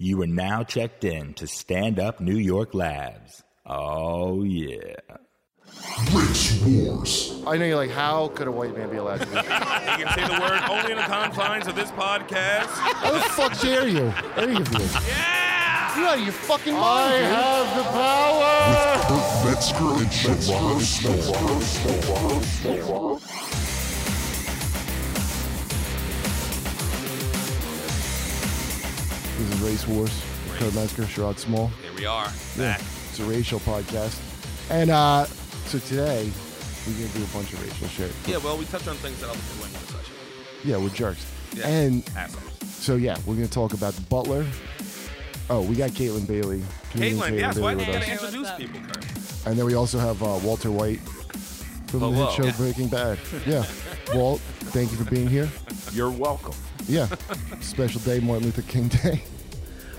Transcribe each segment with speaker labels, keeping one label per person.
Speaker 1: You are now checked in to Stand Up New York Labs. Oh, yeah.
Speaker 2: Race Wars.
Speaker 3: I know you're like, how could a white man be allowed to do that?
Speaker 4: You can say the word only in the confines of this podcast.
Speaker 3: How the fuck dare you? Any of you?
Speaker 4: Yeah!
Speaker 3: You're out of your fucking mind. I have the power.
Speaker 2: Kurt Metzger and Sharada Storm.
Speaker 3: This is Race Wars. Code Metzger, Sherrod Small.
Speaker 4: Here we are. Back.
Speaker 3: It's a racial podcast. And uh, so today, we're going to do a bunch of racial shit.
Speaker 4: Yeah, well, we touch on things that I'll do in one session.
Speaker 3: Yeah, we're jerks.
Speaker 4: Yeah.
Speaker 3: And
Speaker 4: Assholes.
Speaker 3: so, yeah, we're going to talk about Butler. Oh, we got Caitlin Bailey. comedian
Speaker 4: Caitlin, yes, why
Speaker 3: Bailey
Speaker 4: do you
Speaker 3: with us.
Speaker 4: gotta
Speaker 5: Hey, what's
Speaker 4: introduce
Speaker 5: up?
Speaker 4: people, Kurt?
Speaker 3: And then we also have uh, Walter White from the
Speaker 4: Hello.
Speaker 3: hit show
Speaker 4: Yeah.
Speaker 3: Breaking Bad. Yeah. Walt, thank you for being here.
Speaker 6: You're welcome.
Speaker 3: Yeah. Special day, Martin Luther King Day.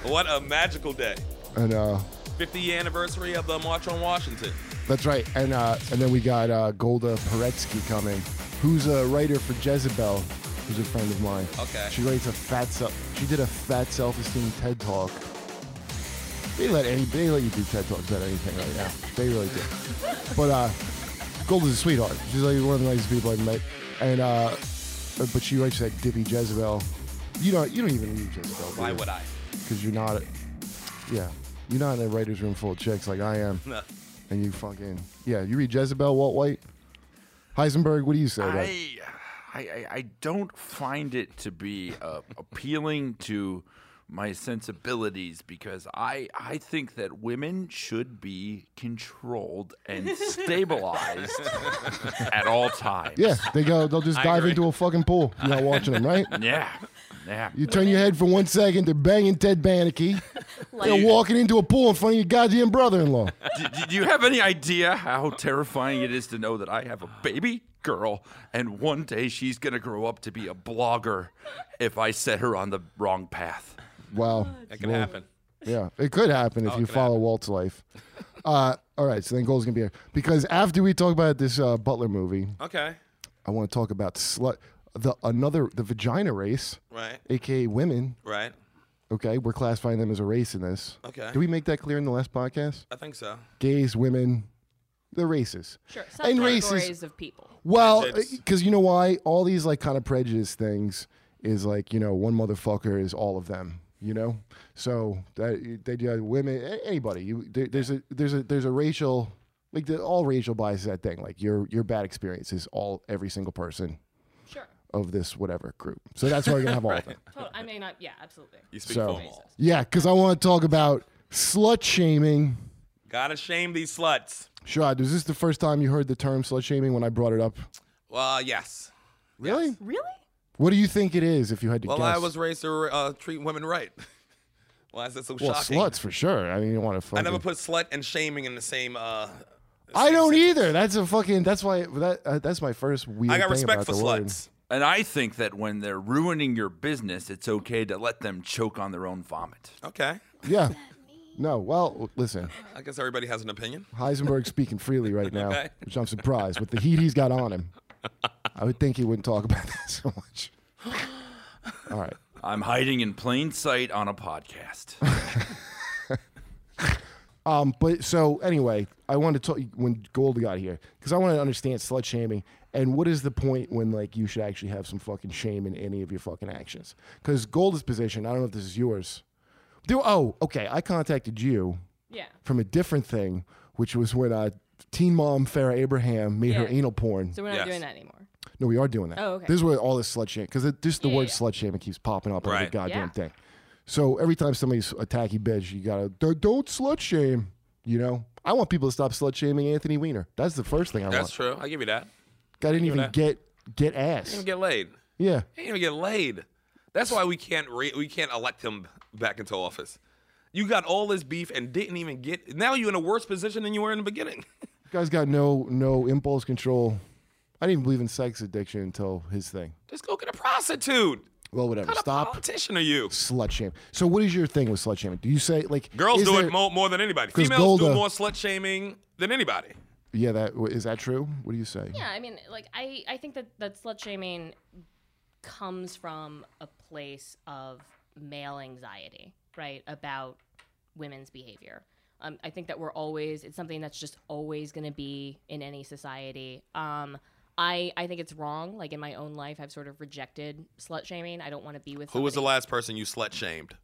Speaker 4: What a magical day.
Speaker 3: And uh,
Speaker 4: 50 year anniversary of the March on Washington.
Speaker 3: that's right. And uh, and then we got uh, Golda Peretsky coming, who's a writer for Jezebel, who's a friend of mine.
Speaker 4: Okay.
Speaker 3: She writes a fat self. She did a fat self-esteem TED talk. They let any they let you do TED talks about anything right now. They really do. But uh, Golda's a sweetheart. She's like one of the nicest people I've met. And uh, but she writes that dippy Jezebel. You don't you don't even read Jezebel. do
Speaker 4: Why
Speaker 3: you?
Speaker 4: would I?
Speaker 3: because you're not, yeah, you're not in a writer's room full of chicks like I am,
Speaker 4: No.
Speaker 3: and you fucking yeah, you read Jezebel, Walt White, Heisenberg. What do you say? about-
Speaker 6: I, I, I- I don't find it to be uh, appealing to my sensibilities because I, I think that women should be controlled and stabilized at all times.
Speaker 3: yeah, they go, they'll just dive into a fucking pool. You're not watching them, right?
Speaker 6: Yeah. Yeah.
Speaker 3: You turn your head for one second, they're banging Ted Baneke. They're
Speaker 5: Like-
Speaker 3: walking into a pool in front of your goddamn brother-in-law.
Speaker 6: do, do- do you have any idea how terrifying it is to know that I have a baby girl and one day she's going to grow up to be a blogger if I set her on the wrong path?
Speaker 3: Wow,
Speaker 4: That can
Speaker 3: Well,
Speaker 4: happen.
Speaker 3: Yeah, it could happen if you
Speaker 4: could
Speaker 3: follow Walt's life. Uh, all right, so then Gold's gonna be here because after we talk about this uh, Butler movie,
Speaker 4: Okay.
Speaker 3: I want to talk about slut the another the vagina race,
Speaker 4: Right.
Speaker 3: aka women.
Speaker 4: Right.
Speaker 3: Okay, we're classifying them as a race in this.
Speaker 4: Okay. Uh,
Speaker 3: Did we make that clear in the last podcast?
Speaker 4: I think so.
Speaker 3: Gays, women, they're races.
Speaker 5: Sure.
Speaker 3: And races-
Speaker 5: Subcategories of people.
Speaker 3: Well,
Speaker 4: It's-
Speaker 3: because you know why? All these like kind of prejudice things is like you know one motherfucker is all of them. You know, so that they do women, a- anybody. You there, there's a there's a there's a racial like the, all racial bias is that thing. Like your your bad experience is all every single person
Speaker 5: Sure.
Speaker 3: of this whatever group. So that's why we're gonna have all of them.
Speaker 5: Total, I mean, I, yeah, absolutely.
Speaker 4: You speak
Speaker 3: So-
Speaker 4: formal.
Speaker 3: Yeah, because I want to talk about slut shaming.
Speaker 4: Gotta shame these sluts.
Speaker 3: Sherrod, was this the first time you heard the term slut shaming when I brought it up?
Speaker 4: Well, yes.
Speaker 3: Really?
Speaker 5: Really?
Speaker 3: What do you think it is if you had to
Speaker 4: Well,
Speaker 3: guess?
Speaker 4: I was raised to uh, treat women right. Why is that so
Speaker 3: well,
Speaker 4: shocking?
Speaker 3: sluts for sure. I mean, you don't want to.
Speaker 4: I never put slut and shaming in the same. Uh,
Speaker 3: I don't either. That's a fucking. That's why. That uh, that's my first weird.
Speaker 4: I got
Speaker 3: thing
Speaker 4: respect
Speaker 3: about
Speaker 4: for
Speaker 3: the word.
Speaker 4: sluts.
Speaker 6: And I think that when they're ruining your business, it's okay to let them choke on their own vomit.
Speaker 4: Okay.
Speaker 3: Yeah. No. Well, listen.
Speaker 4: I guess everybody has an opinion.
Speaker 3: Heisenberg's speaking freely right now,
Speaker 4: Okay.
Speaker 3: which I'm surprised with the heat he's got on him. I would think he wouldn't talk about that so much. All right.
Speaker 6: I'm hiding in plain sight on a podcast.
Speaker 3: Um, but so anyway, I wanted to talk when Gold got here because I wanted to understand slut shaming and what is the point when like you should actually have some fucking shame in any of your fucking actions? Because Gold's position, I don't know if this is yours. Do oh okay, I contacted you
Speaker 5: Yeah.
Speaker 3: from a different thing, which was when uh, Teen Mom Farrah Abraham made her
Speaker 5: Yeah.
Speaker 3: anal porn.
Speaker 5: So we're not
Speaker 4: Yes.
Speaker 5: doing that anymore.
Speaker 3: no, we are doing that.
Speaker 5: Oh, okay.
Speaker 3: This is where all this slut shaming because just the
Speaker 5: Yeah,
Speaker 3: word
Speaker 5: yeah.
Speaker 3: slut shaming keeps popping up on every
Speaker 4: Right.
Speaker 3: goddamn
Speaker 5: Yeah.
Speaker 3: thing. So every time somebody's a tacky bitch, you gotta "D- don't slut shame. You know, I want people to stop slut shaming Anthony Weiner. That's the first thing I
Speaker 4: That's
Speaker 3: want.
Speaker 4: true. I give you that.
Speaker 3: I didn't even
Speaker 4: that.
Speaker 3: get get
Speaker 4: He
Speaker 3: ass.
Speaker 4: didn't get laid.
Speaker 3: Yeah,
Speaker 4: He didn't even get laid. That's why we can't re- we can't elect him back into office. You got all this beef and didn't even get. Now you're in a worse position than you were in the beginning.
Speaker 3: guy's got no no impulse control. I didn't even believe in sex addiction until his thing.
Speaker 4: Just go get a prostitute.
Speaker 3: Well, whatever.
Speaker 4: What kind of
Speaker 3: Stop
Speaker 4: politician are you?
Speaker 3: slut shame. So what is your thing with slut shaming? Do you say like
Speaker 4: Girls
Speaker 3: is
Speaker 4: do
Speaker 3: there-
Speaker 4: it more, more than anybody.
Speaker 3: 'Cause
Speaker 4: Females do
Speaker 3: Golda-
Speaker 4: more slut shaming than anybody.
Speaker 3: Yeah, that is that true? What do you say?
Speaker 5: Yeah, I mean, like, I, I think that, that slut shaming comes from a place of male anxiety, right about women's behavior. Um, I think that we're always it's something that's just always going to be in any society. Um, I I think it's wrong. Like in my own life, I've sort of rejected slut shaming. I don't want to be with
Speaker 4: Who was the
Speaker 5: somebody-
Speaker 4: last person you slut shamed?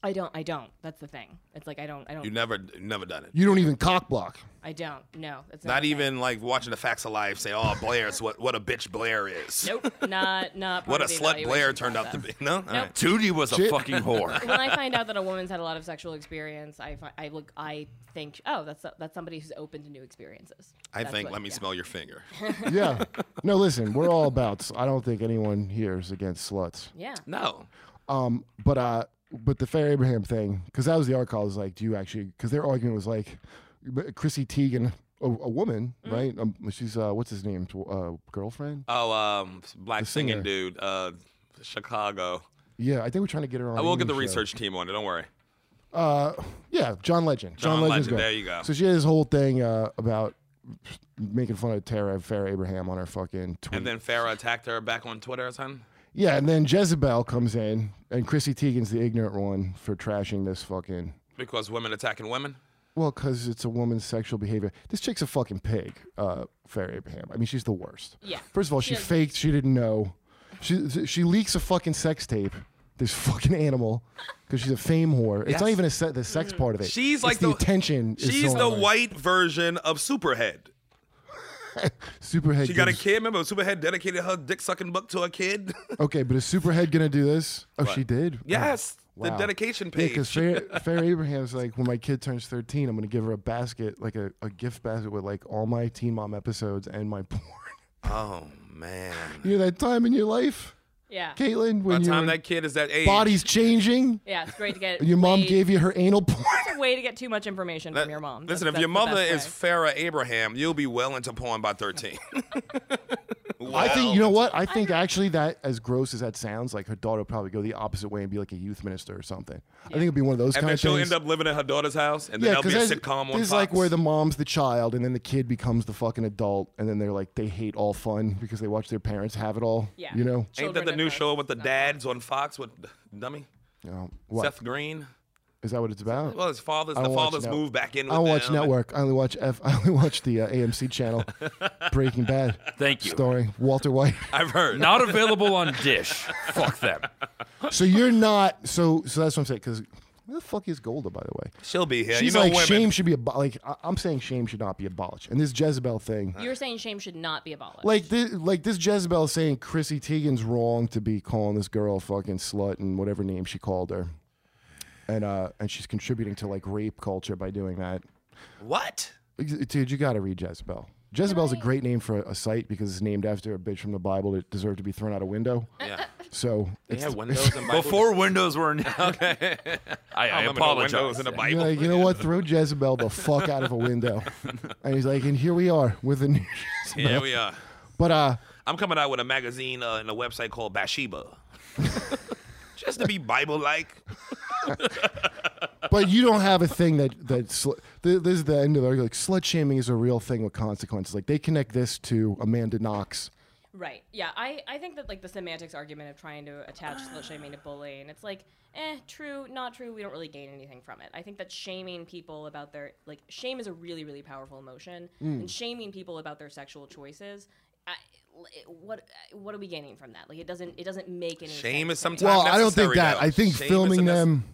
Speaker 5: I don't. I don't. That's the thing. It's like I don't. I don't.
Speaker 4: You never, never done it.
Speaker 3: You don't even cock block.
Speaker 5: I don't. No. That's not,
Speaker 4: Not
Speaker 5: a thing.
Speaker 4: even like watching the facts of life. Say, oh, Blair's what? What a bitch Blair is.
Speaker 5: Nope. Not not. part
Speaker 4: What a
Speaker 5: of the
Speaker 4: slut Blair
Speaker 5: evaluation
Speaker 4: turned out to
Speaker 5: process.
Speaker 4: be. No. All right.
Speaker 6: Tootie was a
Speaker 3: Shit.
Speaker 6: fucking whore.
Speaker 5: when I find out that a woman's had a lot of sexual experience, I, fi- I look, I think, oh, that's that's somebody who's open to new experiences.
Speaker 4: I
Speaker 5: That's
Speaker 4: think.
Speaker 5: what-
Speaker 4: let me
Speaker 5: yeah.
Speaker 4: smell your finger.
Speaker 3: Yeah. no, listen, we're all about. I don't think anyone here is against sluts.
Speaker 5: Yeah,
Speaker 4: No.
Speaker 3: Um, but uh, but the Fair Abraham thing, because that was the article. I was like, do you actually? Because their argument was like, but Chrissy Teigen, a, a woman, right? Um, she's uh, what's his name? Uh, girlfriend?
Speaker 4: Oh, um, black
Speaker 3: The
Speaker 4: singing
Speaker 3: singer.
Speaker 4: dude, uh, Chicago.
Speaker 3: Yeah, I think we're trying to get her on.
Speaker 4: I
Speaker 3: an
Speaker 4: will get the
Speaker 3: evening show.
Speaker 4: research team on it. Don't worry.
Speaker 3: Uh, yeah, John Legend.
Speaker 4: John
Speaker 3: Legend's
Speaker 4: Legend,
Speaker 3: great.
Speaker 4: there you go.
Speaker 3: So she had this whole thing uh, about making fun of Tara Fair Abraham on her fucking tweet.
Speaker 4: And then Farah attacked her back on Twitter or something.
Speaker 3: yeah, and then Jezebel comes in, and Chrissy Teigen's the ignorant one for trashing this fucking.
Speaker 4: Because women attacking women.
Speaker 3: Well, because it's a woman's sexual behavior. This chick's a fucking pig, uh, Fair Abraham. I mean, she's the worst.
Speaker 5: Yeah.
Speaker 3: First of all, she
Speaker 5: doesn't-
Speaker 3: faked. She didn't know. She she leaks a fucking sex tape. This fucking animal, because she's a fame whore. It's not
Speaker 4: Yes.
Speaker 3: even a se- the sex part of it.
Speaker 4: She's
Speaker 3: It's
Speaker 4: like
Speaker 3: the,
Speaker 4: the-
Speaker 3: attention. is
Speaker 4: She's
Speaker 3: so
Speaker 4: the
Speaker 3: annoying.
Speaker 4: white version of Superhead.
Speaker 3: superhead.
Speaker 4: She got a
Speaker 3: gives-
Speaker 4: kid. Remember, Superhead dedicated her dick sucking book to a kid.
Speaker 3: Okay, but is Superhead gonna do this? Oh, she did.
Speaker 4: yes,
Speaker 3: Oh,
Speaker 4: the
Speaker 3: wow.
Speaker 4: dedication
Speaker 3: Yeah,
Speaker 4: page.
Speaker 3: because Fair, Fair Abraham's like, when my kid turns 13, I'm going to give her a basket, like a, a gift basket with like all my Teen Mom episodes and my porn.
Speaker 4: oh man.
Speaker 3: You know that time in your life,
Speaker 5: yeah,
Speaker 3: Caitlin,
Speaker 4: By
Speaker 3: when
Speaker 4: the
Speaker 3: your
Speaker 4: time that kid is that age,
Speaker 3: body's changing,
Speaker 5: yeah. It's great to get
Speaker 3: your mom
Speaker 5: way-
Speaker 3: gave you her anal porn.
Speaker 5: It's a way to get too much information
Speaker 4: that-
Speaker 5: from your mom.
Speaker 4: Listen,
Speaker 5: That's-
Speaker 4: if your
Speaker 5: that's the
Speaker 4: mother is
Speaker 5: best way.
Speaker 4: Farah Abraham, you'll be well into porn by thirteen.
Speaker 3: I think, you know what? I think actually that, as gross as that sounds, like her daughter would probably go the opposite way and be like a youth minister or something. I think it'd be one of those
Speaker 4: And
Speaker 3: kind
Speaker 4: then
Speaker 3: of
Speaker 4: she'll
Speaker 3: things.
Speaker 4: end up living in her daughter's house, and then there'll be a
Speaker 3: because there's-
Speaker 4: sitcom on
Speaker 3: This is
Speaker 4: Fox.
Speaker 3: like where the mom's the child, and then the kid becomes the fucking adult, and then they're like they hate all fun because they watch their parents have it all.
Speaker 5: Yeah.
Speaker 3: you know.
Speaker 4: ain't
Speaker 5: Children
Speaker 4: that the
Speaker 5: of
Speaker 4: new
Speaker 5: Earth.
Speaker 4: show with the dads on Fox with Dummy
Speaker 3: You know, Oh, what is
Speaker 4: Seth Green?
Speaker 3: that? What it's about?
Speaker 4: Well, his father's
Speaker 3: I
Speaker 4: the
Speaker 3: don't watch
Speaker 4: father's
Speaker 3: Net-
Speaker 4: moved back in.
Speaker 3: I
Speaker 4: With
Speaker 3: don't watch
Speaker 4: them.
Speaker 3: network. I only watch F. I only watch the uh, AMC channel, Breaking Bad,
Speaker 6: Thank you.
Speaker 3: starring Walter White.
Speaker 4: I've heard.
Speaker 6: Not available on Dish. Fuck them.
Speaker 3: so you're not. So so that's what I'm saying. Because where the fuck is Golda, by the way?
Speaker 4: She'll be here.
Speaker 3: She's
Speaker 4: you know,
Speaker 3: like
Speaker 4: women.
Speaker 3: shame should be abo- like I- I'm saying shame should not be abolished, and this Jezebel thing.
Speaker 5: you were saying shame should not be abolished.
Speaker 3: Like this, like this Jezebel saying Chrissy Teigen's wrong to be calling this girl a fucking slut and whatever name she called her, and uh, and she's contributing to like rape culture by doing that.
Speaker 4: What?
Speaker 3: Dude, you got to read Jezebel. Jezebel's a great name for a site because it's named after a bitch from the Bible that deserved to be thrown out a window.
Speaker 4: Yeah.
Speaker 3: So it's
Speaker 4: Yeah, windows and Bibles.
Speaker 6: Before Windows were in. Okay. I, I,
Speaker 4: I remember the
Speaker 6: apologize.
Speaker 4: Windows in the
Speaker 3: you're
Speaker 4: Bible.
Speaker 3: like, you know what? Throw Jezebel the fuck out of a window. And he's like, and here we are with the new. Jezebel.
Speaker 4: Here we are.
Speaker 3: But uh,
Speaker 4: I'm coming out with a magazine uh, and a website called Bathsheba. Just to be Bible like.
Speaker 3: but you don't have a thing that that sl- th- this is the end of the like slut shaming is a real thing with consequences. Like they connect this to Amanda Knox.
Speaker 5: right? Yeah, I, I think that like the semantics argument of trying to attach
Speaker 3: Ah.
Speaker 5: slut shaming to bullying, it's like, eh, true, not true. We don't really gain anything from it. I think that shaming people about their like shame is a really really powerful emotion,
Speaker 3: Mm.
Speaker 5: and shaming people about their sexual choices. I, what what are we gaining from that? Like it doesn't it doesn't make any
Speaker 4: Shame
Speaker 5: sense.
Speaker 4: is sometimes.
Speaker 3: Well, I don't think
Speaker 4: necessary,
Speaker 3: that.
Speaker 4: though.
Speaker 3: I think
Speaker 4: Shame is
Speaker 3: filming
Speaker 4: a nece-
Speaker 3: them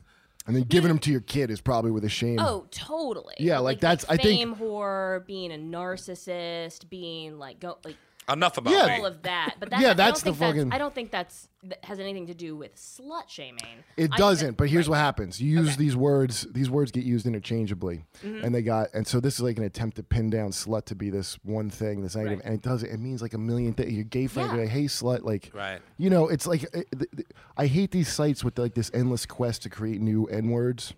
Speaker 3: and then giving them to your kid is probably with a shame.
Speaker 5: Oh, totally.
Speaker 3: Yeah, like, that's- I think-
Speaker 5: fame whore, being a narcissist, being like go like
Speaker 4: Enough about
Speaker 3: Yeah.
Speaker 4: me.
Speaker 5: all of that. But that,
Speaker 3: Yeah,
Speaker 5: I don't
Speaker 3: that's the
Speaker 5: think that's-
Speaker 3: fucking-
Speaker 5: I don't think that's that has anything to do with slut shaming.
Speaker 3: It
Speaker 5: I-
Speaker 3: doesn't, but here's what happens. You use these words, these words get used interchangeably.
Speaker 5: Mm-hmm.
Speaker 3: And they got and so this is like an attempt to pin down slut to be this one thing, this negative,
Speaker 5: Right.
Speaker 3: and it does it. It means like a million things. Your gay friend,
Speaker 5: Yeah.
Speaker 3: you're like, hey slut, like
Speaker 4: Right.
Speaker 3: you know, it's like it, th- th- I hate these sites with like this endless quest to create new N words.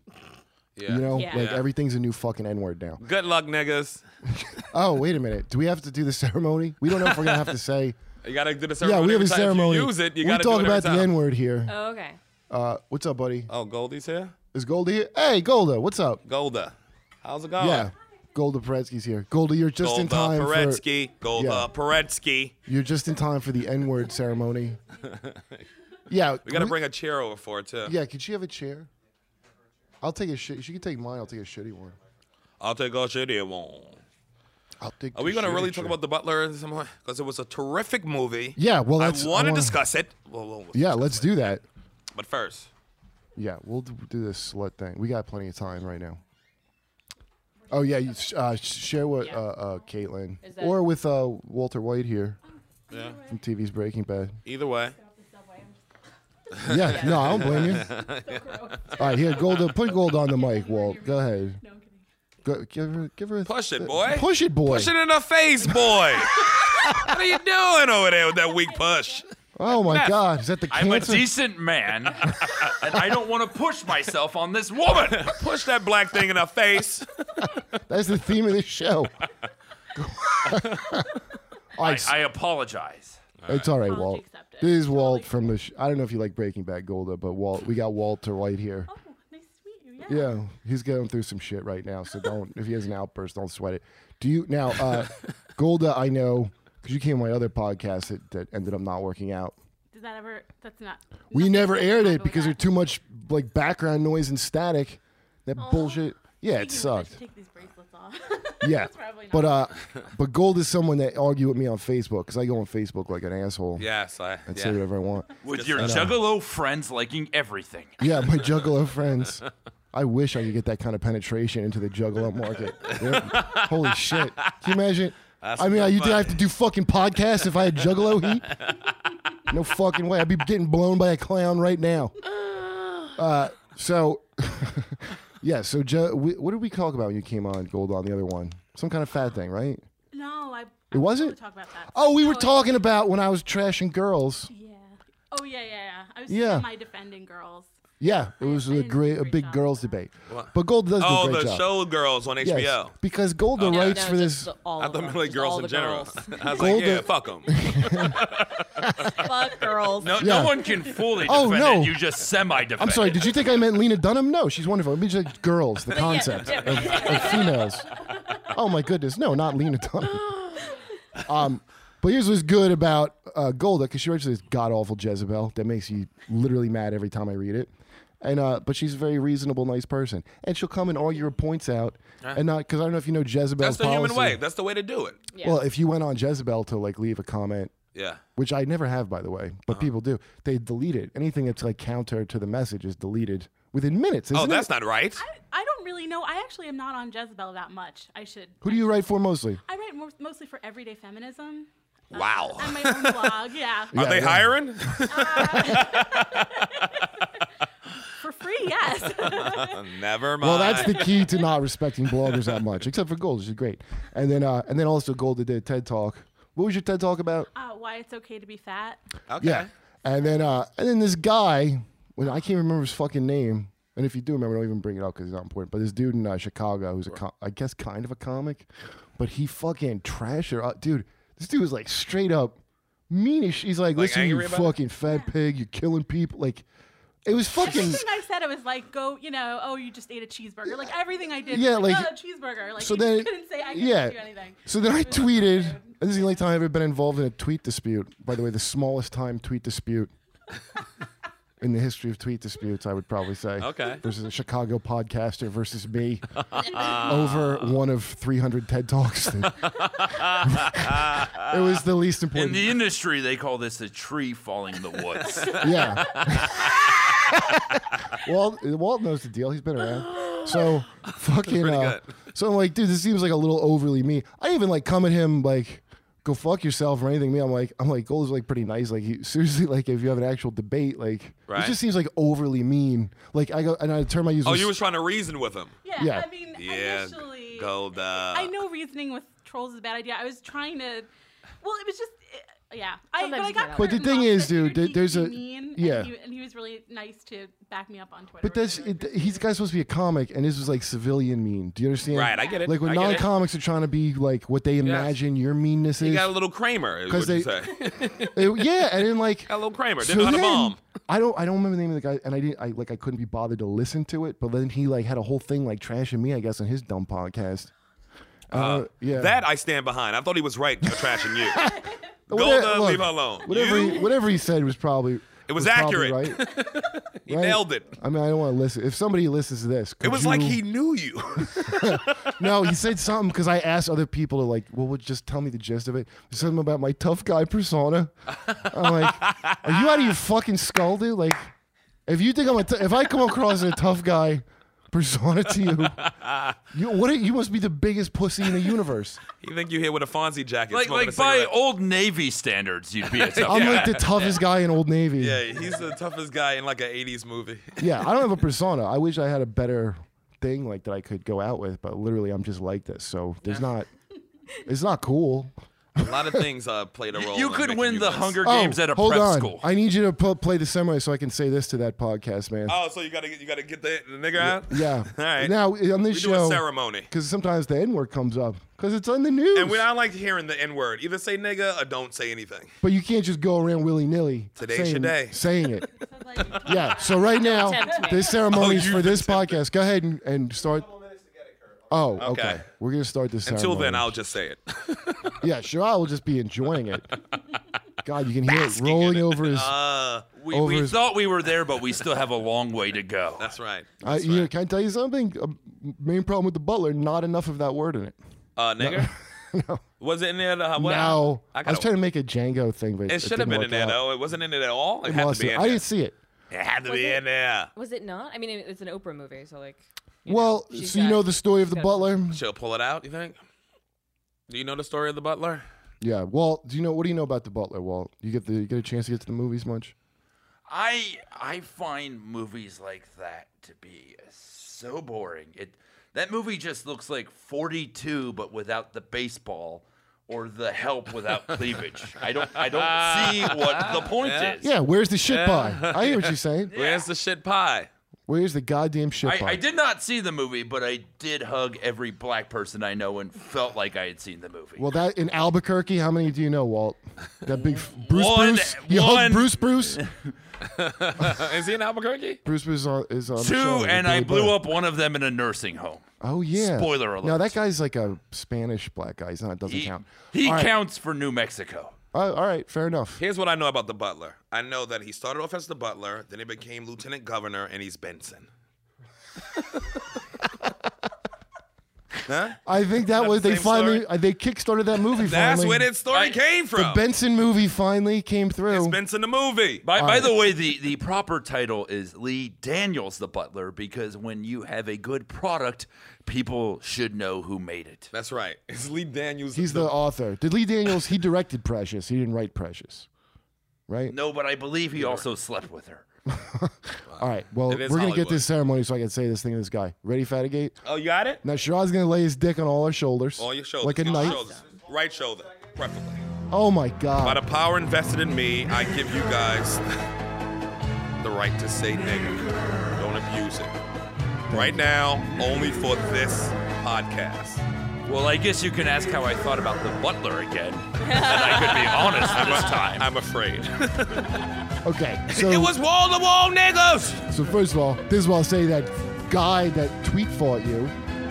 Speaker 4: Yeah.
Speaker 3: You know,
Speaker 5: Yeah.
Speaker 3: like
Speaker 4: Yeah.
Speaker 3: everything's a new fucking N word now.
Speaker 4: Good luck, niggas.
Speaker 3: Oh, wait a minute. Do we have to do the ceremony? We don't know if we're gonna have to say.
Speaker 4: You gotta do the ceremony.
Speaker 3: yeah, we have a
Speaker 4: every time. If you
Speaker 3: ceremony.
Speaker 4: use it. You
Speaker 3: we
Speaker 4: gotta
Speaker 3: talk
Speaker 4: do it every
Speaker 3: about
Speaker 4: time.
Speaker 3: the N word here.
Speaker 5: Oh, okay.
Speaker 3: Uh, what's up, buddy?
Speaker 4: Oh, Goldie's here.
Speaker 3: Is Goldie here? Hey, Golda, what's up?
Speaker 4: Golda, how's it going?
Speaker 3: Yeah. Golda Paretsky's here. Golda, you're just
Speaker 4: Oh. Golda
Speaker 3: in time for
Speaker 4: Paretsky. Golda
Speaker 3: Yeah.
Speaker 4: Paretsky.
Speaker 3: you're just in time for the N-word ceremony. yeah,
Speaker 4: We gotta bring a chair over for it too.
Speaker 3: Yeah, could she have a chair? I'll take a shit. She can take mine. I'll take a shitty one.
Speaker 4: I'll take a shitty one.
Speaker 3: I'll take.
Speaker 4: Are we
Speaker 3: the
Speaker 4: going to really
Speaker 3: shitty
Speaker 4: talk
Speaker 3: shit.
Speaker 4: about The Butler at some point? Because it was a terrific movie.
Speaker 3: Yeah, well, that's-
Speaker 4: I
Speaker 3: I
Speaker 4: want to
Speaker 3: wanna-
Speaker 4: discuss it. Well, well,
Speaker 3: Yeah, let's do that.
Speaker 4: But first,
Speaker 3: Yeah, we'll d- do this slut thing. We got plenty of time right now. Oh yeah, you, sh- uh, sh- share what uh, uh, Caitlin
Speaker 5: Is that-
Speaker 3: or with uh, Walter White here
Speaker 4: yeah.
Speaker 3: from TV's Breaking Bad.
Speaker 4: Either way,
Speaker 3: Yeah, no, I don't blame you. All right, here, gold. Put gold on the mic, Walt. Go ahead.
Speaker 7: No, I'm kidding.
Speaker 3: Go, give her, give her. A
Speaker 4: Push it,
Speaker 3: th-
Speaker 4: boy.
Speaker 3: Uh, Push it, boy.
Speaker 4: push it in the face, boy. what are you doing over there with that weak push?
Speaker 3: Oh my God, is that the
Speaker 6: I'm a
Speaker 3: cancer?
Speaker 6: decent man, and I don't want to push myself on this woman.
Speaker 4: Push that black thing in the face.
Speaker 3: That's the theme of this show. All
Speaker 6: I,
Speaker 3: right,
Speaker 6: I apologize.
Speaker 3: It's all right,
Speaker 7: Apology
Speaker 3: Walt.
Speaker 7: accepted.
Speaker 3: This is Walt from the. Sh- I don't know if you like Breaking Bad, Golda, but Walt, we got Walter right here.
Speaker 7: Oh, nice to meet you. Yeah.
Speaker 3: Yeah, he's going through some shit right now, so don't. if he has an outburst, don't sweat it. Do you now, uh, Golda? I know because you came on my other podcast that, that ended up not working out.
Speaker 7: Did that ever? That's not.
Speaker 3: We
Speaker 7: nothing
Speaker 3: never
Speaker 7: to
Speaker 3: aired
Speaker 7: happen
Speaker 3: it
Speaker 7: with
Speaker 3: because
Speaker 7: that.
Speaker 3: there's too much like background noise and static. That bullshit. Yeah, it
Speaker 7: Oh. Speaking of which,
Speaker 3: sucked.
Speaker 7: Take these bracelets off.
Speaker 3: Yeah,
Speaker 7: probably
Speaker 3: but uh, but Gold is someone that argue with me on Facebook because I go on Facebook like an asshole.
Speaker 4: Yes, I.
Speaker 3: and say
Speaker 4: yeah.
Speaker 3: whatever I want.
Speaker 6: With your juggalo friends liking everything.
Speaker 3: Yeah, my juggalo friends. I wish I could get that kind of penetration into the juggalo market. Yeah. Holy shit! Can you imagine? I mean, you think I have to do fucking podcasts if I had juggalo heat? No fucking way. I'd be getting blown by a clown right now. Uh, so, yeah. So, jo- we, what did we talk about when you came on Gold on the other one? Some kind of fat thing, right?
Speaker 7: no, I.
Speaker 3: It wasn't?
Speaker 7: Talk about that.
Speaker 3: Oh, we were
Speaker 7: No, it-
Speaker 3: talking about when I was trashing girls.
Speaker 7: Yeah. Oh yeah, yeah, yeah. I was
Speaker 3: Yeah.
Speaker 7: yeah. my defending girls.
Speaker 3: Yeah, it was
Speaker 7: I
Speaker 3: a
Speaker 7: didn't do
Speaker 3: great,
Speaker 7: a
Speaker 3: a
Speaker 7: great
Speaker 3: big
Speaker 7: job
Speaker 3: girls
Speaker 7: with that.
Speaker 3: debate. But Gold does
Speaker 4: Oh,
Speaker 3: do a
Speaker 4: the
Speaker 3: great job.
Speaker 4: showgirls on HBO.
Speaker 3: Yes, because Golda
Speaker 5: Oh, No,
Speaker 3: writes
Speaker 5: no,
Speaker 3: for this.
Speaker 5: just the- all
Speaker 4: I
Speaker 5: of
Speaker 4: thought
Speaker 5: them,
Speaker 4: really
Speaker 5: just
Speaker 4: girls
Speaker 5: all
Speaker 4: in
Speaker 5: the
Speaker 4: general.
Speaker 5: girls.
Speaker 4: I was like,
Speaker 3: Golden-
Speaker 4: yeah, fuck them.
Speaker 5: Fuck girls.
Speaker 6: No,
Speaker 3: Yeah.
Speaker 6: no one can fully defend
Speaker 3: Oh, no.
Speaker 6: it. You just semi defend.
Speaker 3: I'm sorry. Did you think I meant Lena Dunham? No, she's wonderful. I mean, just like girls, the concept of, of females. Oh my goodness, no, not Lena Dunham. Um, but here's what's good about uh, Golda because she writes this god awful Jezebel that makes you literally mad every time I read it. And uh, but she's a very reasonable, nice person, and she'll come and all your points out, and not because I don't know if you know Jezebel's
Speaker 4: That's the human
Speaker 3: policy.
Speaker 4: way. That's the way to do it.
Speaker 5: Yeah.
Speaker 3: Well, if you went on Jezebel to like leave a comment
Speaker 4: Yeah.
Speaker 3: which I never have, by the way, but
Speaker 4: Uh-huh.
Speaker 3: people do. They delete it. Anything that's like counter to the message is deleted within minutes.
Speaker 4: Oh,
Speaker 3: isn't
Speaker 4: that's
Speaker 3: it?
Speaker 4: not right.
Speaker 7: I, I don't really know. I actually am not on Jezebel that much. I should.
Speaker 3: Who do you write for mostly?
Speaker 7: I write more, mostly for everyday feminism. uh,
Speaker 4: Wow.
Speaker 7: and my own blog, yeah.
Speaker 4: Are they
Speaker 3: yeah.
Speaker 4: hiring?
Speaker 7: For free, yes. Uh,
Speaker 4: Never mind.
Speaker 3: Well, that's the key to not respecting bloggers that much, except for Gold, which is great. And then, uh, and then also Gold did a TED talk. What was your TED talk about?
Speaker 7: uh, why it's okay to be fat.
Speaker 4: Okay.
Speaker 3: Yeah. And then, uh, and then this guy, when I can't remember his fucking name. And if you do remember, don't even bring it up because it's not important. But this dude in uh, Chicago, who's a, com- I guess, kind of a comic, but he fucking trashed her up, dude. This dude was like straight up meanish. He's like,
Speaker 4: Like,
Speaker 3: listen, you
Speaker 4: angry about it?
Speaker 3: fucking fat pig, you're killing people. Like, it was fucking.
Speaker 7: Everything I said, it was like, go, you know, oh, you just ate a cheeseburger. Like everything I did,
Speaker 3: Yeah,
Speaker 7: was like,
Speaker 3: like-
Speaker 7: oh, cheeseburger. Like
Speaker 3: so
Speaker 7: you
Speaker 3: then,
Speaker 7: just couldn't say I couldn't
Speaker 3: yeah.
Speaker 7: do anything.
Speaker 3: So then I tweeted. and This is the only time I've ever been involved in a tweet dispute. By the way, the smallest time tweet dispute in the history of tweet disputes, I would probably say.
Speaker 4: Okay.
Speaker 3: Versus a Chicago podcaster versus me over one of 300 TED Talks. it was the least
Speaker 6: In
Speaker 3: important.
Speaker 6: the industry, they call this a tree falling in the woods.
Speaker 3: yeah. Walt, Walt knows the deal. He's been around. So fucking. Uh, so I'm like, dude, this seems like a little overly me. I didn't even like come at him like, go fuck yourself or anything. Me, I'm like, I'm like, Gold is like pretty nice. Like, he, seriously, like if you have an actual debate, like
Speaker 4: Right.
Speaker 3: it just seems like overly mean. Like I go and I turn my user.
Speaker 4: Oh, you were trying to reason with him.
Speaker 7: Yeah,
Speaker 3: Yeah.
Speaker 7: I mean,
Speaker 4: Yeah.
Speaker 7: initially,
Speaker 4: Gold. uh,
Speaker 7: I know reasoning with trolls is a bad idea. I was trying to. Well, it was just. It, yeah, I, but
Speaker 5: Sometimes
Speaker 7: I
Speaker 5: you
Speaker 7: got.
Speaker 5: gotta-
Speaker 3: But the
Speaker 7: curtained
Speaker 3: thing
Speaker 7: off,
Speaker 3: is,
Speaker 7: I figured
Speaker 3: dude, there-
Speaker 7: he
Speaker 3: there's
Speaker 7: could
Speaker 3: a-
Speaker 7: be mean, and
Speaker 3: yeah.
Speaker 7: he, and he was really nice to back me up on Twitter.
Speaker 3: But that's
Speaker 7: which was
Speaker 3: it, he's guy's supposed to be a comic, and this was like civilian mean. Do you understand?
Speaker 4: Right, I get it.
Speaker 3: Like when
Speaker 4: I get it.
Speaker 3: non-comics are trying to be like what they imagine your meanness
Speaker 4: He
Speaker 3: is.
Speaker 4: got a little Kramer. is What
Speaker 3: 'Cause
Speaker 4: you say?
Speaker 3: they- It- yeah, and then like
Speaker 4: Got a little Kramer. Didn't know how to
Speaker 3: then-
Speaker 4: bomb.
Speaker 3: I don't I don't remember the name of the guy and I didn't I like I couldn't be bothered to listen to it, but then he like had a whole thing like trashing me, I guess, on his dumb podcast. Uh, yeah.
Speaker 4: That I stand behind. I thought he was right for trashing you.
Speaker 3: Whatever-
Speaker 4: Golda,
Speaker 3: look,
Speaker 4: uh, leave her alone.
Speaker 3: Whatever
Speaker 4: You-
Speaker 3: he, whatever he said was probably
Speaker 4: It was,
Speaker 3: probably
Speaker 4: accurate.
Speaker 3: right.
Speaker 4: He
Speaker 3: Right?
Speaker 4: nailed it.
Speaker 3: I mean, I don't want to listen. If somebody listens to this,
Speaker 4: It
Speaker 3: could
Speaker 4: was like
Speaker 3: you-
Speaker 4: he knew you.
Speaker 3: No, he said something because I asked other people to like, well, well, just tell me the gist of it. There's something about my tough guy persona. I'm like, are you out of your fucking skull, dude? Like, if you think I'm a, t- if I come across as a tough guy persona to you, you what? Are, you must be the biggest pussy in the universe.
Speaker 4: you think you here with a Fonzie jacket?
Speaker 6: Like,
Speaker 4: smoking a
Speaker 6: like by
Speaker 4: cigarette.
Speaker 6: old Navy standards, you'd be a tough
Speaker 3: I'm like the toughest guy in Old Navy.
Speaker 4: Yeah, he's the toughest guy in like an '80s movie.
Speaker 3: yeah, I don't have a persona. I wish I had a better thing like that I could go out with, but literally, I'm just like this. So there's not, it's not cool.
Speaker 4: A lot of things uh, played a role.
Speaker 6: You
Speaker 4: in
Speaker 6: could
Speaker 4: making
Speaker 6: win
Speaker 4: you
Speaker 6: the
Speaker 4: this.
Speaker 6: Hunger
Speaker 3: Oh,
Speaker 6: Games at a
Speaker 3: hold
Speaker 6: prep
Speaker 3: on.
Speaker 6: school.
Speaker 3: I need you to pu- play the semi so I can say this to that podcast, man.
Speaker 4: Oh, so you gotta get you gotta get the, the nigga out.
Speaker 3: yeah.
Speaker 4: All right.
Speaker 3: Now eh, on this
Speaker 4: we do a
Speaker 3: show,
Speaker 4: ceremony,
Speaker 3: because sometimes the N word comes up because it's on the news.
Speaker 4: and we I like hearing the N word. Either say nigga or don't say anything.
Speaker 3: but you can't just go around willy nilly
Speaker 4: Today's
Speaker 3: saying,
Speaker 4: your day.
Speaker 3: saying it.
Speaker 7: I'm glad you-
Speaker 3: Yeah. So right now,
Speaker 5: tempt me.
Speaker 3: this ceremony is
Speaker 4: Oh, you
Speaker 3: for this podcast. Go ahead and, and start. Oh, okay.
Speaker 4: Okay.
Speaker 3: We're gonna start this.
Speaker 4: Until
Speaker 3: ceremony.
Speaker 4: then, I'll just say it.
Speaker 3: Yeah, sure. I will just be enjoying it. God, you can hear it
Speaker 4: Basking
Speaker 3: rolling
Speaker 4: in it.
Speaker 3: over his.
Speaker 4: Uh,
Speaker 6: We,
Speaker 3: over
Speaker 6: we
Speaker 3: his-
Speaker 6: thought we were there, but we still have a long way to go.
Speaker 4: that's right.
Speaker 3: I, you know, can I tell you something? Uh, main problem with the butler: not enough of that word in it.
Speaker 4: Uh, nigga. Was it in there? Uh, what?
Speaker 3: Now
Speaker 4: I,
Speaker 3: I,
Speaker 4: gotta,
Speaker 3: was trying to make a Django thing, but
Speaker 4: It should have
Speaker 3: didn't
Speaker 4: been
Speaker 3: work
Speaker 4: in there
Speaker 3: out.
Speaker 4: though. It wasn't in it at all. It,
Speaker 3: I
Speaker 4: had
Speaker 3: lost
Speaker 4: to be
Speaker 3: it.
Speaker 4: in
Speaker 3: I
Speaker 4: there.
Speaker 3: didn't see it.
Speaker 4: It had to
Speaker 5: Was
Speaker 4: be
Speaker 5: it-
Speaker 4: in there.
Speaker 5: Was it not? I mean, it- it's an Oprah movie, so like. you know,
Speaker 3: Well,
Speaker 5: she's
Speaker 3: so you
Speaker 5: got-
Speaker 3: know the story of
Speaker 5: she's
Speaker 3: the
Speaker 5: got-
Speaker 3: butler.
Speaker 4: She'll pull it out. You think? Do you know the story of the butler?
Speaker 3: Yeah. Walt, do you know what do you know about the butler, Walt? You get the you get a chance to get to the movies much?
Speaker 6: I I find movies like that to be so boring. It that movie just looks like 42 but without the baseball or the help without cleavage. I don't I don't see what the point is.
Speaker 3: Yeah. Where's the shit pie? I hear what you're saying.
Speaker 4: Where's the shit pie?
Speaker 3: Where's the goddamn shit
Speaker 6: I,
Speaker 3: pie?
Speaker 6: I did not see the movie, but I did hug every black person I know and felt like I had seen the movie.
Speaker 3: Well, that in Albuquerque, how many do you know, Walt? That big f- Bruce
Speaker 6: One-
Speaker 3: Bruce. You hug
Speaker 6: one.
Speaker 3: Bruce Bruce.
Speaker 4: Uh, Is he in Albuquerque?
Speaker 3: Bruce Bruce is on, is on the show
Speaker 6: Two,
Speaker 3: with
Speaker 6: and
Speaker 3: Billy
Speaker 6: I blew
Speaker 3: Budd.
Speaker 6: up one of them in a nursing home.
Speaker 3: Oh yeah.
Speaker 6: Spoiler alert.
Speaker 3: No, that guy's like a Spanish black guy. He's not. Doesn't
Speaker 6: He,
Speaker 3: count.
Speaker 6: he
Speaker 3: All right.
Speaker 6: counts for New Mexico.
Speaker 3: Uh, all right. Fair enough.
Speaker 4: Here's what I know about the butler. I know that he started off as the butler, then he became lieutenant governor, and he's Benson. huh?
Speaker 3: I think that was
Speaker 4: the
Speaker 3: they
Speaker 4: same
Speaker 3: finally
Speaker 4: story?
Speaker 3: uh, they kickstarted that movie.
Speaker 4: That's
Speaker 3: finally.
Speaker 4: where that story
Speaker 6: Right.
Speaker 4: came from.
Speaker 3: The Benson movie finally came
Speaker 4: it's
Speaker 3: through.
Speaker 4: Benson the movie.
Speaker 6: By, by the way, the, the proper title is Lee Daniels the Butler because when you have a good product, people should know who made it.
Speaker 4: That's right. It's Lee Daniels.
Speaker 3: He's the author. Did Lee Daniels? He directed Precious. He didn't write Precious, right?
Speaker 6: No, but I believe he also slept with her.
Speaker 3: All right. Well, we're
Speaker 4: It is
Speaker 3: gonna get
Speaker 4: Hollywood.
Speaker 3: this ceremony so I can say this thing to this guy. Ready, Fatigate?
Speaker 4: Oh, you got it?
Speaker 3: Now Shiraz's gonna lay his dick on all our shoulders,
Speaker 4: On your shoulders.
Speaker 3: like a
Speaker 4: on your
Speaker 3: knight.
Speaker 4: shoulders. Right shoulder, preferably.
Speaker 3: Oh my
Speaker 4: By the
Speaker 3: God!
Speaker 4: power invested in me, I give you guys the right to say nigga. Don't abuse it. Right now, only for this podcast.
Speaker 6: Well, I guess you can ask how I thought about the Butler again. and I could be honest this time.
Speaker 4: I'm afraid.
Speaker 3: Okay. So,
Speaker 4: it was wall to wall niggas.
Speaker 3: so first of all, this is why I say that guy that tweet fought you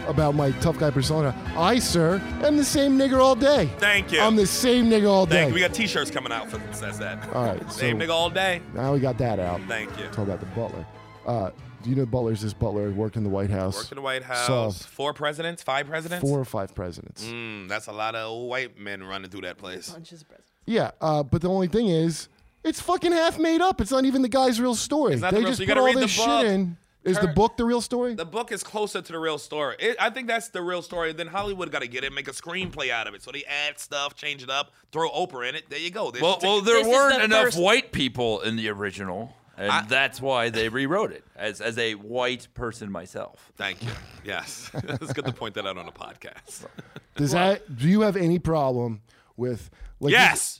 Speaker 3: about my tough guy persona. I, sir, am the same nigger all day.
Speaker 4: Thank you.
Speaker 3: I'm the same nigger all day.
Speaker 4: Thank you. We got T-shirts coming out for that says that.
Speaker 3: All right,
Speaker 4: Same
Speaker 3: so-
Speaker 4: nigga all day.
Speaker 3: now we got that out.
Speaker 4: Thank you.
Speaker 3: Talk about the butler. Uh, do you know Butler's this butler worked in the White House?
Speaker 4: Worked in the White House. Four presidents, five
Speaker 3: Saw
Speaker 4: presidents.
Speaker 3: four or five presidents.
Speaker 4: Mm, that's a lot of old white men running through that place.
Speaker 5: Bunches of presents.
Speaker 3: Yeah, uh, but the only thing is, it's fucking half made up. It's not even the guy's real story.
Speaker 4: not
Speaker 3: they
Speaker 4: the real-
Speaker 3: just
Speaker 4: so you
Speaker 3: put
Speaker 4: gotta
Speaker 3: all
Speaker 4: read the
Speaker 3: this
Speaker 4: book.
Speaker 3: shit in. Is the
Speaker 4: Her-
Speaker 3: book the real story?
Speaker 4: The book is closer to the real story. It, I think that's the real story. Then Hollywood got to get it, make a screenplay out of it. So they add stuff, change it up, throw Oprah in it. There you go. There's
Speaker 6: Well,
Speaker 4: your
Speaker 6: well,
Speaker 4: ticket.
Speaker 6: there
Speaker 5: This is
Speaker 6: weren't
Speaker 5: the
Speaker 6: enough
Speaker 5: first-
Speaker 6: white people in the original, and
Speaker 4: I-
Speaker 6: that's why they rewrote it as as a white person myself.
Speaker 4: Thank you. Yes, it's good to point that out on a podcast.
Speaker 3: Does that? Do you have any problem with? Like,
Speaker 4: Yes,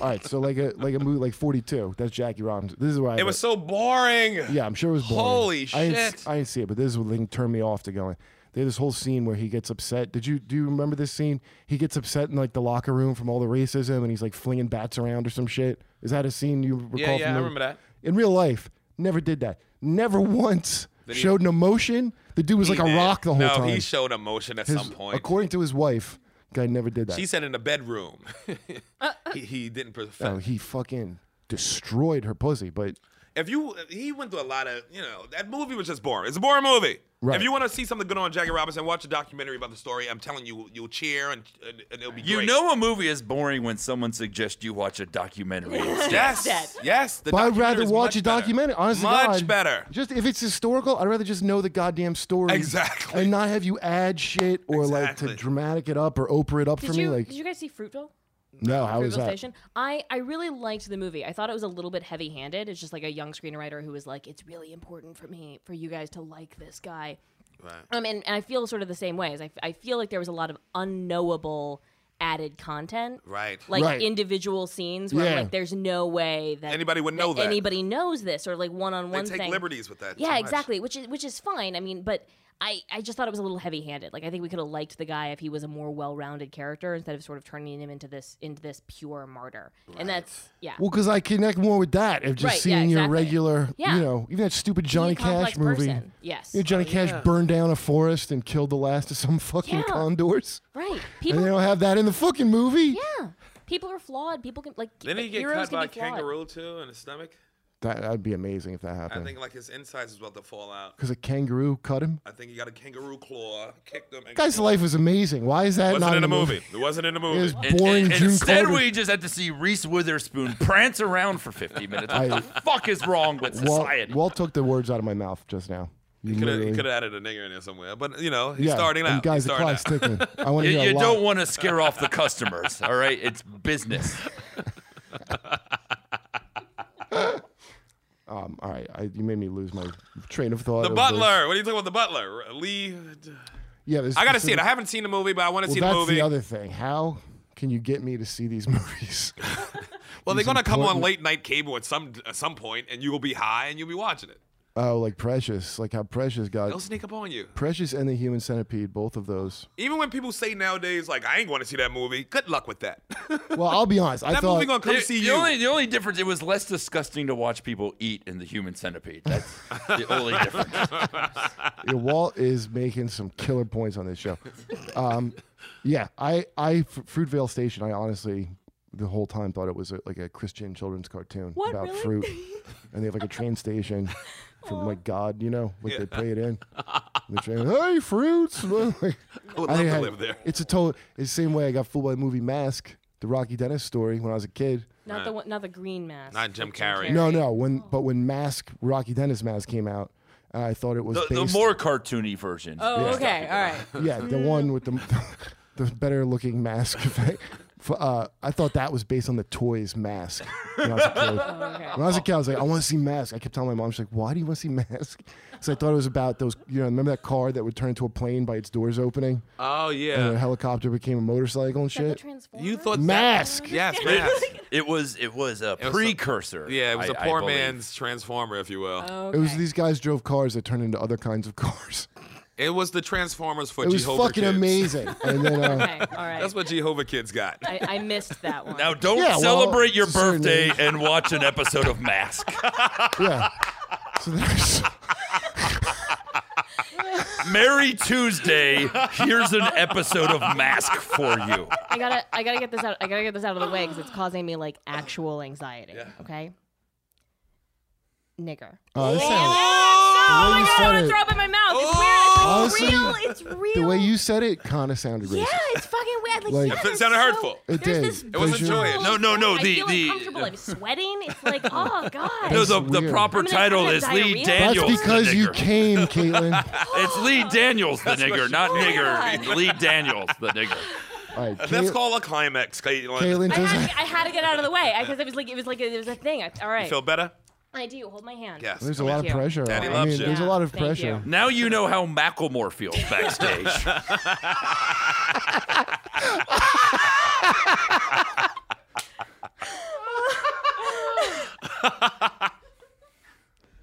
Speaker 3: all right. So like a like a movie like Forty Two. That's Jackie Robinson. This is why
Speaker 4: it was so boring.
Speaker 3: Yeah, I'm sure it was boring.
Speaker 4: Holy
Speaker 3: I didn't,
Speaker 4: shit.
Speaker 3: s- I didn't see it, but this is what thing turned me off to going. They had this whole scene where he gets upset. Did you do you remember this scene? He gets upset in like the locker room from all the racism, and he's like flinging bats around or some shit. Is that a scene you recall?
Speaker 4: yeah,
Speaker 3: from
Speaker 4: I
Speaker 3: the-
Speaker 4: remember that.
Speaker 3: In real life, never did that. Never once showed an emotion. The dude was like a
Speaker 4: He did.
Speaker 3: rock the whole
Speaker 4: no,
Speaker 3: time.
Speaker 4: he showed emotion at
Speaker 3: His-
Speaker 4: some point.
Speaker 3: According to his wife, guy never did that.
Speaker 4: She said in the bedroom. he, he didn't
Speaker 3: Uh, oh,
Speaker 4: perfect.
Speaker 3: he fucking destroyed her pussy, but
Speaker 4: If you, he went through a lot of, you know, that movie was just boring. It's a boring movie.
Speaker 3: Right.
Speaker 4: If you want to see something good on Jackie Robinson, watch a documentary about the story. I'm telling you, you'll cheer and, and, and it'll be
Speaker 6: You
Speaker 4: great.
Speaker 6: know a movie is boring when someone suggests you watch a documentary. instead.
Speaker 4: Yes,
Speaker 5: Dead.
Speaker 4: yes. The
Speaker 3: but I'd
Speaker 4: documentary
Speaker 3: rather
Speaker 4: is
Speaker 3: watch
Speaker 4: much
Speaker 3: a
Speaker 4: better.
Speaker 3: documentary. Honestly,
Speaker 4: much better.
Speaker 3: Just if it's historical, I'd rather just know the goddamn story
Speaker 4: Exactly.
Speaker 3: and not have you add shit or
Speaker 4: Exactly.
Speaker 3: like to dramatic it up or Oprah it up for
Speaker 5: Did
Speaker 3: me.
Speaker 5: you
Speaker 3: like
Speaker 5: did you guys see Fruitville?
Speaker 3: no, how
Speaker 5: Fruitvale
Speaker 3: is that?
Speaker 5: Station. I, I really liked the movie. I thought it was a little bit heavy handed. It's just like a young screenwriter who was like, it's really important for me, for you guys to like this guy. Right. Um, and, and I feel sort of the same way. As I, I feel like there was a lot of unknowable added content.
Speaker 4: Right.
Speaker 5: Like
Speaker 3: Right.
Speaker 5: individual scenes where I'm
Speaker 3: Yeah.
Speaker 5: like there's no way that
Speaker 4: Anybody would know that.
Speaker 5: anybody knows this or like one on
Speaker 4: They
Speaker 5: one
Speaker 4: take
Speaker 5: thing.
Speaker 4: liberties with that. so
Speaker 5: Yeah,
Speaker 4: much.
Speaker 5: exactly. Which is which is fine. I mean, but I, I just thought it was a little heavy handed. Like I think we could have liked the guy if he was a more well rounded character instead of sort of turning him into this into this pure martyr. And that's yeah.
Speaker 3: Well, because I connect more with that of just
Speaker 5: Right, yeah,
Speaker 3: seeing your
Speaker 5: exactly.
Speaker 3: regular,
Speaker 5: Yeah.
Speaker 3: you know, even that stupid
Speaker 5: He's a
Speaker 3: Johnny
Speaker 5: complex
Speaker 3: Cash movie.
Speaker 5: person. Yes.
Speaker 3: You know, Johnny Cash burned down a forest and killed the last of some fucking
Speaker 5: Yeah.
Speaker 3: condors.
Speaker 5: Right.
Speaker 3: And
Speaker 5: People
Speaker 3: they don't have that in the fucking movie.
Speaker 5: Yeah. People are flawed. People can like
Speaker 4: Didn't he get cut
Speaker 5: heroes can
Speaker 4: by a
Speaker 5: be flawed.
Speaker 4: kangaroo too in the stomach?
Speaker 3: That, that'd be amazing if that
Speaker 4: I
Speaker 3: happened.
Speaker 4: think like his insides was about to fall out.
Speaker 3: Because a kangaroo cut him.
Speaker 4: I think he got a kangaroo claw, kicked him. And
Speaker 3: Guy's life was amazing. Why is that
Speaker 4: wasn't
Speaker 3: not
Speaker 4: in a movie. It wasn't in a
Speaker 3: It was
Speaker 4: movie.
Speaker 3: boring June
Speaker 6: instead,
Speaker 3: Carter.
Speaker 6: we just had to see Reese Witherspoon prance around for 50 minutes. What
Speaker 3: I-
Speaker 6: the fuck is wrong with
Speaker 3: Walt,
Speaker 6: society?
Speaker 3: Walt took the words out of my mouth just now. You
Speaker 4: Could have, he
Speaker 3: literally-
Speaker 4: could have added a nigger in there somewhere, but you know, he's
Speaker 3: Yeah,
Speaker 4: starting
Speaker 3: and
Speaker 4: out.
Speaker 3: Guys,
Speaker 4: he's
Speaker 3: the
Speaker 4: starting
Speaker 3: clock's
Speaker 4: out.
Speaker 3: ticking. I want to
Speaker 6: you
Speaker 3: hear a
Speaker 6: you
Speaker 3: lot.
Speaker 6: don't want to scare off the customers, all right? It's business.
Speaker 3: Um, all right, I, you made me lose my train of thought.
Speaker 4: The
Speaker 3: of
Speaker 4: Butler. What are you talking about? The Butler. Lee.
Speaker 3: Yeah, this-
Speaker 4: I gotta
Speaker 3: this
Speaker 4: see
Speaker 3: is-
Speaker 4: it. I haven't seen the movie, but I want to
Speaker 3: Well,
Speaker 4: see
Speaker 3: that's
Speaker 4: the movie.
Speaker 3: the other thing. How can you get me to see these movies?
Speaker 4: well, they're gonna come on
Speaker 3: important-
Speaker 4: late night cable at some at some point, and you will be high and you'll be watching it.
Speaker 3: oh, like Precious, like how Precious got
Speaker 4: They'll sneak up on you.
Speaker 3: Precious and the Human Centipede, both of those.
Speaker 4: Even when people say nowadays, like, I ain't going to see that movie. Good luck with that. that
Speaker 3: Well, I'll be honest. I
Speaker 4: movie
Speaker 3: thought
Speaker 4: gonna come
Speaker 6: the,
Speaker 4: see
Speaker 6: the
Speaker 4: you.
Speaker 6: Only, the only difference, it was less disgusting to watch people eat in the human centipede. That's the only difference.
Speaker 3: Yeah, Walt is making some killer points on this show. Um, yeah, I, I F- Fruitvale Station. I honestly, the whole time thought it was a, like a Christian children's cartoon
Speaker 5: What,
Speaker 3: about
Speaker 5: really?
Speaker 3: fruit, and they have like a train station from like God, you know, like they pray it in. The train, hey, fruits. Like,
Speaker 4: I would
Speaker 3: I
Speaker 4: love to
Speaker 3: had-
Speaker 4: live there.
Speaker 3: It's a total. It's the same way I got fooled by the movie Mask, the Rocky Dennis story when I was a kid.
Speaker 5: Not the one not the green mask.
Speaker 4: Not Jim
Speaker 5: Like
Speaker 4: Carrey.
Speaker 3: No, no. When
Speaker 5: Oh.
Speaker 3: but when Mask Rocky Dennis Mask came out, I thought it was
Speaker 6: The, the
Speaker 3: based-
Speaker 6: more cartoony version.
Speaker 5: Oh, okay. All right.
Speaker 3: Yeah,
Speaker 5: Mm.
Speaker 3: the one with the the better looking mask effect. F- Uh, I thought that was based on the toys mask. When I was a kid,
Speaker 5: Oh, Okay.
Speaker 3: when I, was a kid, I was like, I want to see mask. I kept telling my mom, she's like, Why do you want to see mask? Because I thought it was about those. You know, remember that car that would turn into a plane by its doors opening,
Speaker 4: Oh
Speaker 3: and a
Speaker 4: yeah.
Speaker 3: helicopter became a motorcycle and
Speaker 5: The
Speaker 3: shit.
Speaker 5: Transformers?
Speaker 4: You thought that-
Speaker 3: Mask.
Speaker 4: Yes, mask.
Speaker 6: It was it was a
Speaker 4: was a-
Speaker 6: precursor.
Speaker 4: Yeah, it was
Speaker 6: a
Speaker 4: a poor man's transformer, if you will.
Speaker 6: Oh.
Speaker 5: Okay.
Speaker 3: It was these guys drove cars that turned into other kinds of cars.
Speaker 4: It was the Transformers for
Speaker 3: It was
Speaker 4: Jehovah
Speaker 3: fucking
Speaker 4: Kids.
Speaker 3: amazing. And then uh,
Speaker 5: okay. All right.
Speaker 4: That's what Jehovah Kids got.
Speaker 5: I, I missed that one.
Speaker 6: Now don't
Speaker 3: Yeah, well,
Speaker 6: celebrate your
Speaker 3: it's a certain
Speaker 6: birthday
Speaker 3: age.
Speaker 6: and watch an episode of Mask.
Speaker 3: yeah, so there's
Speaker 6: Merry Tuesday. Here's an episode of Mask for you.
Speaker 5: I gotta, I gotta get this out. I gotta get this out of the way because it's causing me like actual anxiety. Okay. Nigger.
Speaker 3: uh, this sounds-
Speaker 4: Oh!
Speaker 3: The way you
Speaker 5: I
Speaker 3: said
Speaker 5: want to
Speaker 3: it-
Speaker 5: throw up in my mouth. It's
Speaker 3: Honestly,
Speaker 5: weird. It's real. It's real.
Speaker 3: the way you said it kind of sounded racist.
Speaker 5: Yeah, it's fucking weird. Like,
Speaker 3: Like-
Speaker 5: yeah,
Speaker 3: It
Speaker 5: there's
Speaker 4: sounded
Speaker 5: so-
Speaker 4: hurtful.
Speaker 3: It
Speaker 5: there's
Speaker 3: did.
Speaker 5: this
Speaker 3: It
Speaker 4: wasn't
Speaker 5: visual
Speaker 4: joyous.
Speaker 6: Oh, No, no, no,
Speaker 5: I
Speaker 6: the-
Speaker 5: feel
Speaker 6: the-
Speaker 5: uncomfortable. I'm sweating. It's like, oh god.
Speaker 6: No,
Speaker 3: That's
Speaker 6: the, the
Speaker 3: weird.
Speaker 6: proper
Speaker 5: I'm gonna- I'm
Speaker 6: title
Speaker 5: gonna
Speaker 6: is
Speaker 5: have
Speaker 6: Lee
Speaker 5: diarrhea.
Speaker 3: That's
Speaker 6: Daniels. the
Speaker 3: because you
Speaker 6: nigger.
Speaker 3: came, Caitlin.
Speaker 6: It's Lee Daniels the nigger, not
Speaker 5: Oh my
Speaker 6: nigger. Lee Daniels the nigger.
Speaker 3: All right,
Speaker 4: Let's
Speaker 3: Caitlin,
Speaker 4: call a climax, Caitlin.
Speaker 3: Caitlin
Speaker 5: I
Speaker 3: does.
Speaker 5: had, to, I had to get out of the way because it was like it was like it was a thing. I, all
Speaker 4: You
Speaker 5: right,
Speaker 4: feel better?
Speaker 5: I do. Hold my hand.
Speaker 4: Yes.
Speaker 3: There's a
Speaker 4: I mean,
Speaker 3: lot of
Speaker 5: you.
Speaker 3: pressure.
Speaker 4: Daddy
Speaker 3: I
Speaker 4: loves
Speaker 3: mean,
Speaker 4: you.
Speaker 3: there's a lot of
Speaker 5: Thank
Speaker 3: pressure.
Speaker 5: you.
Speaker 6: Now you know how Macklemore feels backstage.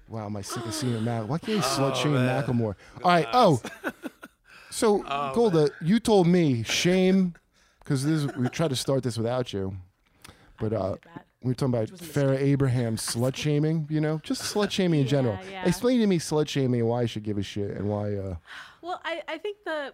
Speaker 3: Wow, my sick of seeing Mac. Why can't you
Speaker 4: Oh,
Speaker 3: slut shame Macklemore? All right. Oh, so
Speaker 4: Oh,
Speaker 3: Golda, you told me shame because this we tried to start this without you, but uh,
Speaker 5: that.
Speaker 3: we were talking about Farrah Abraham slut shaming. You know, just slut shaming in general.
Speaker 7: yeah.
Speaker 3: Explain to me slut shaming and why I should give a shit and why. Uh,
Speaker 7: Well, I, I think the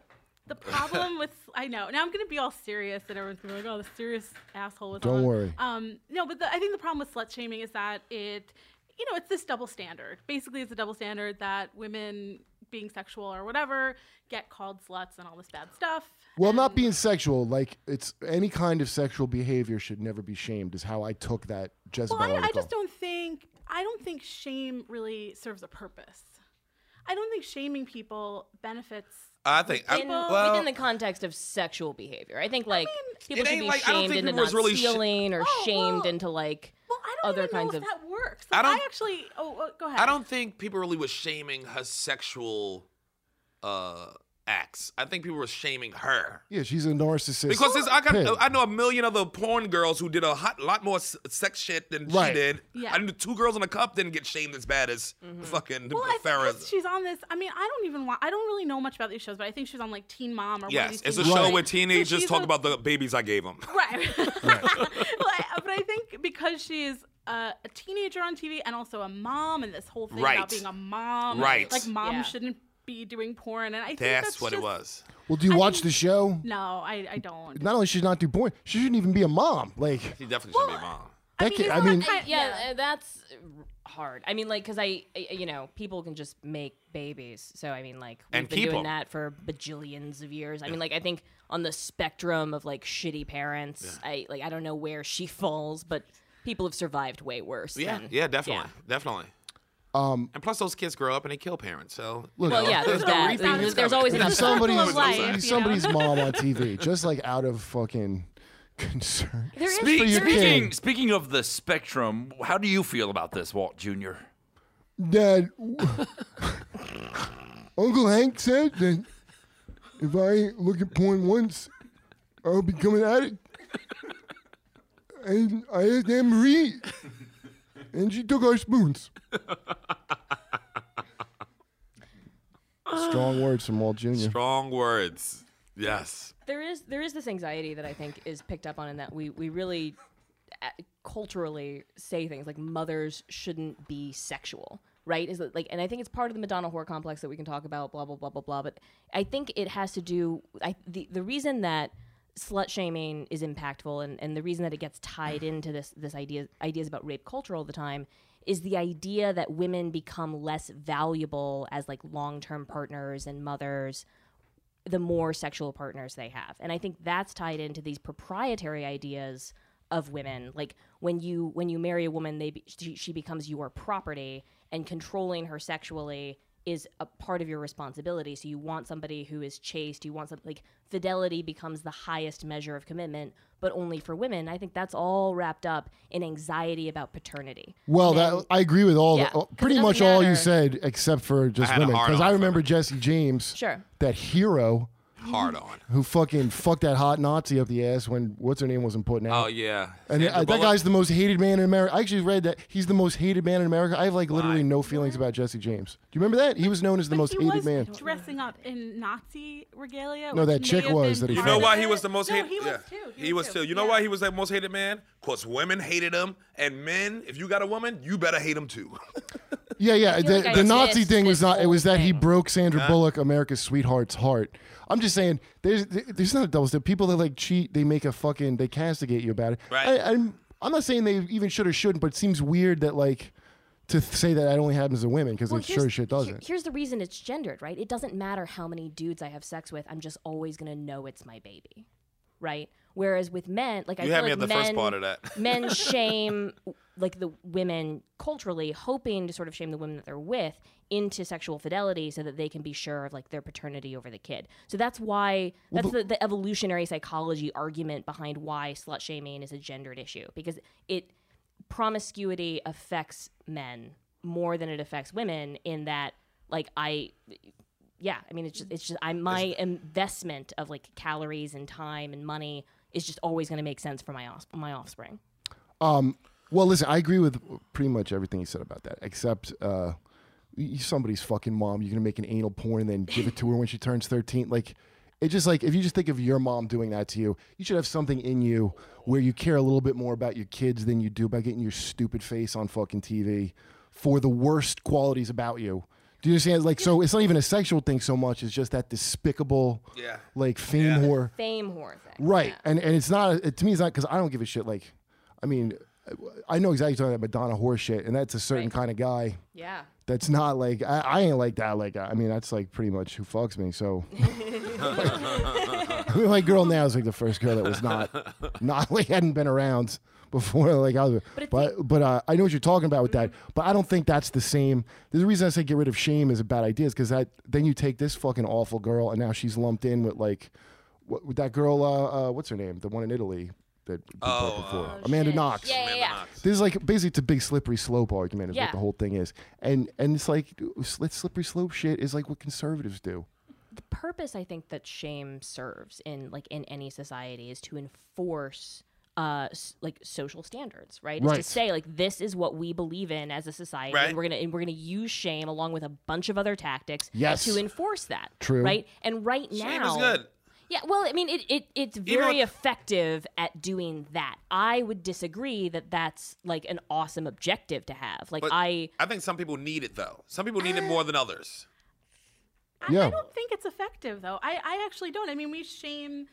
Speaker 7: the The problem with I know now I'm gonna be all serious and everyone's gonna be like, oh, the serious asshole. With
Speaker 3: Don't
Speaker 7: all-
Speaker 3: worry.
Speaker 7: Um, no, but the, I think the problem with slut shaming is that it, you know, it's this double standard. Basically, it's a double standard that women being sexual or whatever get called sluts and all this bad stuff.
Speaker 3: Well, not being sexual, like it's any kind of sexual behavior should never be shamed. Is how I took that Jezebel.
Speaker 7: Well, I, I
Speaker 3: article.
Speaker 7: just don't think I don't think shame really serves a purpose. I don't think shaming people benefits.
Speaker 4: I think. I,
Speaker 5: In,
Speaker 4: well,
Speaker 5: within the context of sexual behavior, I think like people
Speaker 4: it
Speaker 5: should
Speaker 4: ain't
Speaker 5: be
Speaker 4: like- I don't
Speaker 5: shamed
Speaker 4: think
Speaker 5: into
Speaker 4: people
Speaker 5: not
Speaker 4: was really sh-
Speaker 5: stealing or
Speaker 7: Oh,
Speaker 5: shamed
Speaker 7: well-
Speaker 5: into like
Speaker 7: Well, I don't
Speaker 5: other
Speaker 7: even
Speaker 5: kinds
Speaker 7: know
Speaker 5: of
Speaker 7: if that works.
Speaker 4: I
Speaker 7: Like, I,
Speaker 4: don't-
Speaker 7: actually. Oh, oh, go ahead.
Speaker 4: I don't think people really was shaming her sexual uh, acts. I think people were shaming her.
Speaker 3: Yeah, she's a narcissist.
Speaker 4: Because this, I got,
Speaker 3: pig.
Speaker 4: I know a million other porn girls who did a hot, lot more s- sex shit than
Speaker 3: Right.
Speaker 4: she did.
Speaker 7: Yeah. Mm-hmm.
Speaker 4: I knew two girls in a cup didn't get shamed as bad as fucking
Speaker 7: Well, I think
Speaker 4: Farrah's.
Speaker 7: she's on this. I mean, I don't even want. I don't really know much about these shows, but I think she's on like Teen Mom or one of
Speaker 4: Yes,
Speaker 7: these
Speaker 4: it's a
Speaker 7: things,
Speaker 4: show
Speaker 7: right?
Speaker 4: where
Speaker 7: So
Speaker 4: teenagers
Speaker 7: she's
Speaker 4: talk
Speaker 7: on-
Speaker 4: about the babies I gave them.
Speaker 7: Right. Well, I- but I think because she's uh, a, a teenager on TV and also a mom, and this whole thing
Speaker 4: Right.
Speaker 7: about being a mom,
Speaker 4: Right.
Speaker 7: Like mom
Speaker 5: Yeah.
Speaker 7: shouldn't be doing porn, and I think
Speaker 4: That's,
Speaker 7: that's,
Speaker 4: what it
Speaker 7: just-
Speaker 4: was.
Speaker 3: well, do you watch the show?
Speaker 7: No, I, I don't.
Speaker 3: Not only should not do porn, she shouldn't even be a mom. Like
Speaker 4: She definitely should be a mom.
Speaker 3: that
Speaker 7: mean,
Speaker 3: kid-
Speaker 7: it's
Speaker 3: I
Speaker 7: not
Speaker 3: mean,
Speaker 7: like I-
Speaker 5: yeah,
Speaker 7: yeah.
Speaker 5: uh, that's r- hard. I mean, like, because I, I- you know, people can just make babies. So I mean, like, we've
Speaker 4: And
Speaker 5: been
Speaker 4: keep
Speaker 5: doing
Speaker 4: 'em.
Speaker 5: that for bajillions of years. I mean, like, I think on the spectrum of like shitty parents, I like, I don't know where she falls, but people have survived way worse.
Speaker 4: Yeah,
Speaker 5: than-
Speaker 4: yeah, definitely, definitely. Um, and plus, those kids grow up and they kill parents. So
Speaker 3: Look-
Speaker 5: Well, yeah, there's
Speaker 4: no
Speaker 5: that.
Speaker 4: reaping
Speaker 5: There's,
Speaker 4: this
Speaker 5: there's
Speaker 4: time.
Speaker 5: always
Speaker 3: if
Speaker 5: enough.
Speaker 3: somebody's,
Speaker 7: Circle of life,
Speaker 3: if
Speaker 7: you know?
Speaker 3: somebody's mom on TV, just like out of fucking concern.
Speaker 5: There is-
Speaker 3: for your
Speaker 5: there is-
Speaker 3: kid.
Speaker 6: Speaking, speaking of the spectrum, how do you feel about this, Walt Jr.?
Speaker 3: Dad, Uncle Hank said that if I look at porn once, I'll become an addict. And I asked Anne Marie, and she took our spoons. Strong words from Walt Jr.
Speaker 4: strong words. Yes.
Speaker 5: there is there is this anxiety that I think is picked up on in that we we really a- culturally say things like mothers shouldn't be sexual, right? Is that like and I think it's part of the Madonna whore complex that we can talk about blah blah blah blah blah, but I think it has to do I the the reason that slut shaming is impactful and, and the reason that it gets tied into this this idea ideas about rape culture all the time is the idea that women become less valuable as like long-term partners and mothers the more sexual partners they have. And I think that's tied into these proprietary ideas of women. Like when you when you marry a woman, they be, she, she becomes your property, and controlling her sexually is a part of your responsibility. So you want somebody who is chaste. You want something like fidelity becomes the highest measure of commitment, but only for women. I think that's all wrapped up in anxiety about paternity.
Speaker 3: Well,
Speaker 5: Men-
Speaker 3: that I agree with all,
Speaker 5: Yeah,
Speaker 3: the,
Speaker 5: 'cause it
Speaker 3: pretty
Speaker 5: doesn't
Speaker 3: much all you
Speaker 5: matter.
Speaker 3: said, except for just
Speaker 4: had a
Speaker 3: women,
Speaker 4: hard
Speaker 3: because
Speaker 4: on
Speaker 3: I
Speaker 4: for
Speaker 3: remember Jesse James,
Speaker 5: Sure.
Speaker 3: that hero
Speaker 4: Hard on.
Speaker 3: who fucking fucked that hot Nazi up the ass when what's her name wasn't putting out.
Speaker 4: Oh yeah.
Speaker 3: And
Speaker 4: Sandra
Speaker 3: uh, that
Speaker 4: Bullock?
Speaker 3: guy's the most hated man in America. I actually read that he's the most hated man in America. I have like literally no feelings about Jesse James. Do you remember that? He was known as the
Speaker 7: But
Speaker 3: most
Speaker 7: he
Speaker 3: hated
Speaker 7: was
Speaker 3: man.
Speaker 7: dressing up in Nazi regalia.
Speaker 3: No,
Speaker 7: which
Speaker 3: that
Speaker 7: may
Speaker 3: chick
Speaker 7: have
Speaker 3: was
Speaker 7: been
Speaker 3: that he
Speaker 4: You
Speaker 7: part
Speaker 4: know
Speaker 7: of
Speaker 4: why he
Speaker 7: it.
Speaker 4: was the most
Speaker 7: no,
Speaker 4: hated?
Speaker 7: He was
Speaker 4: yeah.
Speaker 7: too.
Speaker 4: He was too. You know
Speaker 7: Yeah.
Speaker 4: why he was the most hated man? Cause women hated him, and men, if you got a woman, you better hate him too.
Speaker 3: Yeah, yeah.
Speaker 5: feel
Speaker 3: The,
Speaker 5: like I
Speaker 3: the Nazi
Speaker 5: missed
Speaker 3: thing was
Speaker 5: this
Speaker 3: not. It
Speaker 5: whole
Speaker 3: was that he
Speaker 5: thing.
Speaker 3: broke Sandra Bullock, America's sweetheart's heart. I'm just saying, there's there's not a double standard. People that like cheat, they make a fucking they castigate you about it.
Speaker 4: Right.
Speaker 3: I, I'm I'm not saying they even should or shouldn't, but it seems weird that like to th- say that that only happens to women because it
Speaker 5: Well,
Speaker 3: sure as
Speaker 5: here's-
Speaker 3: shit
Speaker 5: here-
Speaker 3: doesn't.
Speaker 5: here's the reason it's gendered, right? It doesn't matter how many dudes I have sex with. I'm just always gonna know it's my baby, right? Whereas with men, like I
Speaker 4: You
Speaker 5: feel
Speaker 4: had me
Speaker 5: like
Speaker 4: at the
Speaker 5: men,
Speaker 4: first part of that.
Speaker 5: men shame like the women culturally, hoping to sort of shame the women that they're with into sexual fidelity, so that they can be sure of like their paternity over the kid. So that's why that's the, the evolutionary psychology argument behind why slut shaming is a gendered issue because it promiscuity affects men more than it affects women in that like i yeah i mean it's just it's just i my investment of like calories and time and money is just always going to make sense for my off, my offspring
Speaker 3: Well, listen, I agree with pretty much everything you said about that, except uh, y- somebody's fucking mom. You're gonna make an anal porn and then give it to her when she turns 13. Like, it's just like if you just think of your mom doing that to you, you should have something in you where you care a little bit more about your kids than you do about getting your stupid face on fucking TV for the worst qualities about you Do you understand? Like, so it's not even a sexual thing so much. It's just that despicable,
Speaker 4: Yeah.
Speaker 3: like fame whore,
Speaker 5: Fame whore thing.
Speaker 3: right? And and it's not it, to me. It's not because I don't give a shit. Like, I mean, I know exactly what you're talking about Madonna whore shit, and that's a certain
Speaker 5: Right.
Speaker 3: kind of guy.
Speaker 5: Yeah.
Speaker 3: That's not like I, I ain't like that. Like I mean, that's like pretty much who fucks me. So my girl now is like the first girl that was not not like hadn't been around before. Like I was,
Speaker 5: But it's
Speaker 3: but but, uh, I know what you're talking about with that. But I don't think that's the same. The reason I say get rid of shame is a bad idea is because that then you take this fucking awful girl and now she's lumped in with like what, with that girl. Uh, uh, what's her name? The one in Italy that we talked
Speaker 4: Oh,
Speaker 3: before,
Speaker 4: uh,
Speaker 3: Amanda
Speaker 5: Shit.
Speaker 3: Knox.
Speaker 5: Yeah, yeah, yeah.
Speaker 4: Knox.
Speaker 3: This is like basically it's a big slippery slope argument is what
Speaker 5: Yeah.
Speaker 3: the whole thing is, and and it's like that slippery slope shit is like what conservatives do.
Speaker 5: The purpose I think that shame serves in like in any society is to enforce uh s- like social standards, right? Is to
Speaker 3: Right.
Speaker 5: say like this is what we believe in as a society.
Speaker 4: Right.
Speaker 5: And we're gonna and we're gonna use shame along with a bunch of other tactics
Speaker 3: Yes.
Speaker 5: to enforce that.
Speaker 3: True.
Speaker 5: Right? And right now
Speaker 4: Shame is good.
Speaker 5: Yeah, well, I mean, it, it it's very effective at doing that. I would disagree that that's like an awesome objective to have. Like
Speaker 4: But
Speaker 5: I,
Speaker 4: I think some people need it though. Some people need it more than others.
Speaker 7: I,
Speaker 3: Yeah.
Speaker 7: I don't think it's effective though. I, I actually don't. I mean, we shame,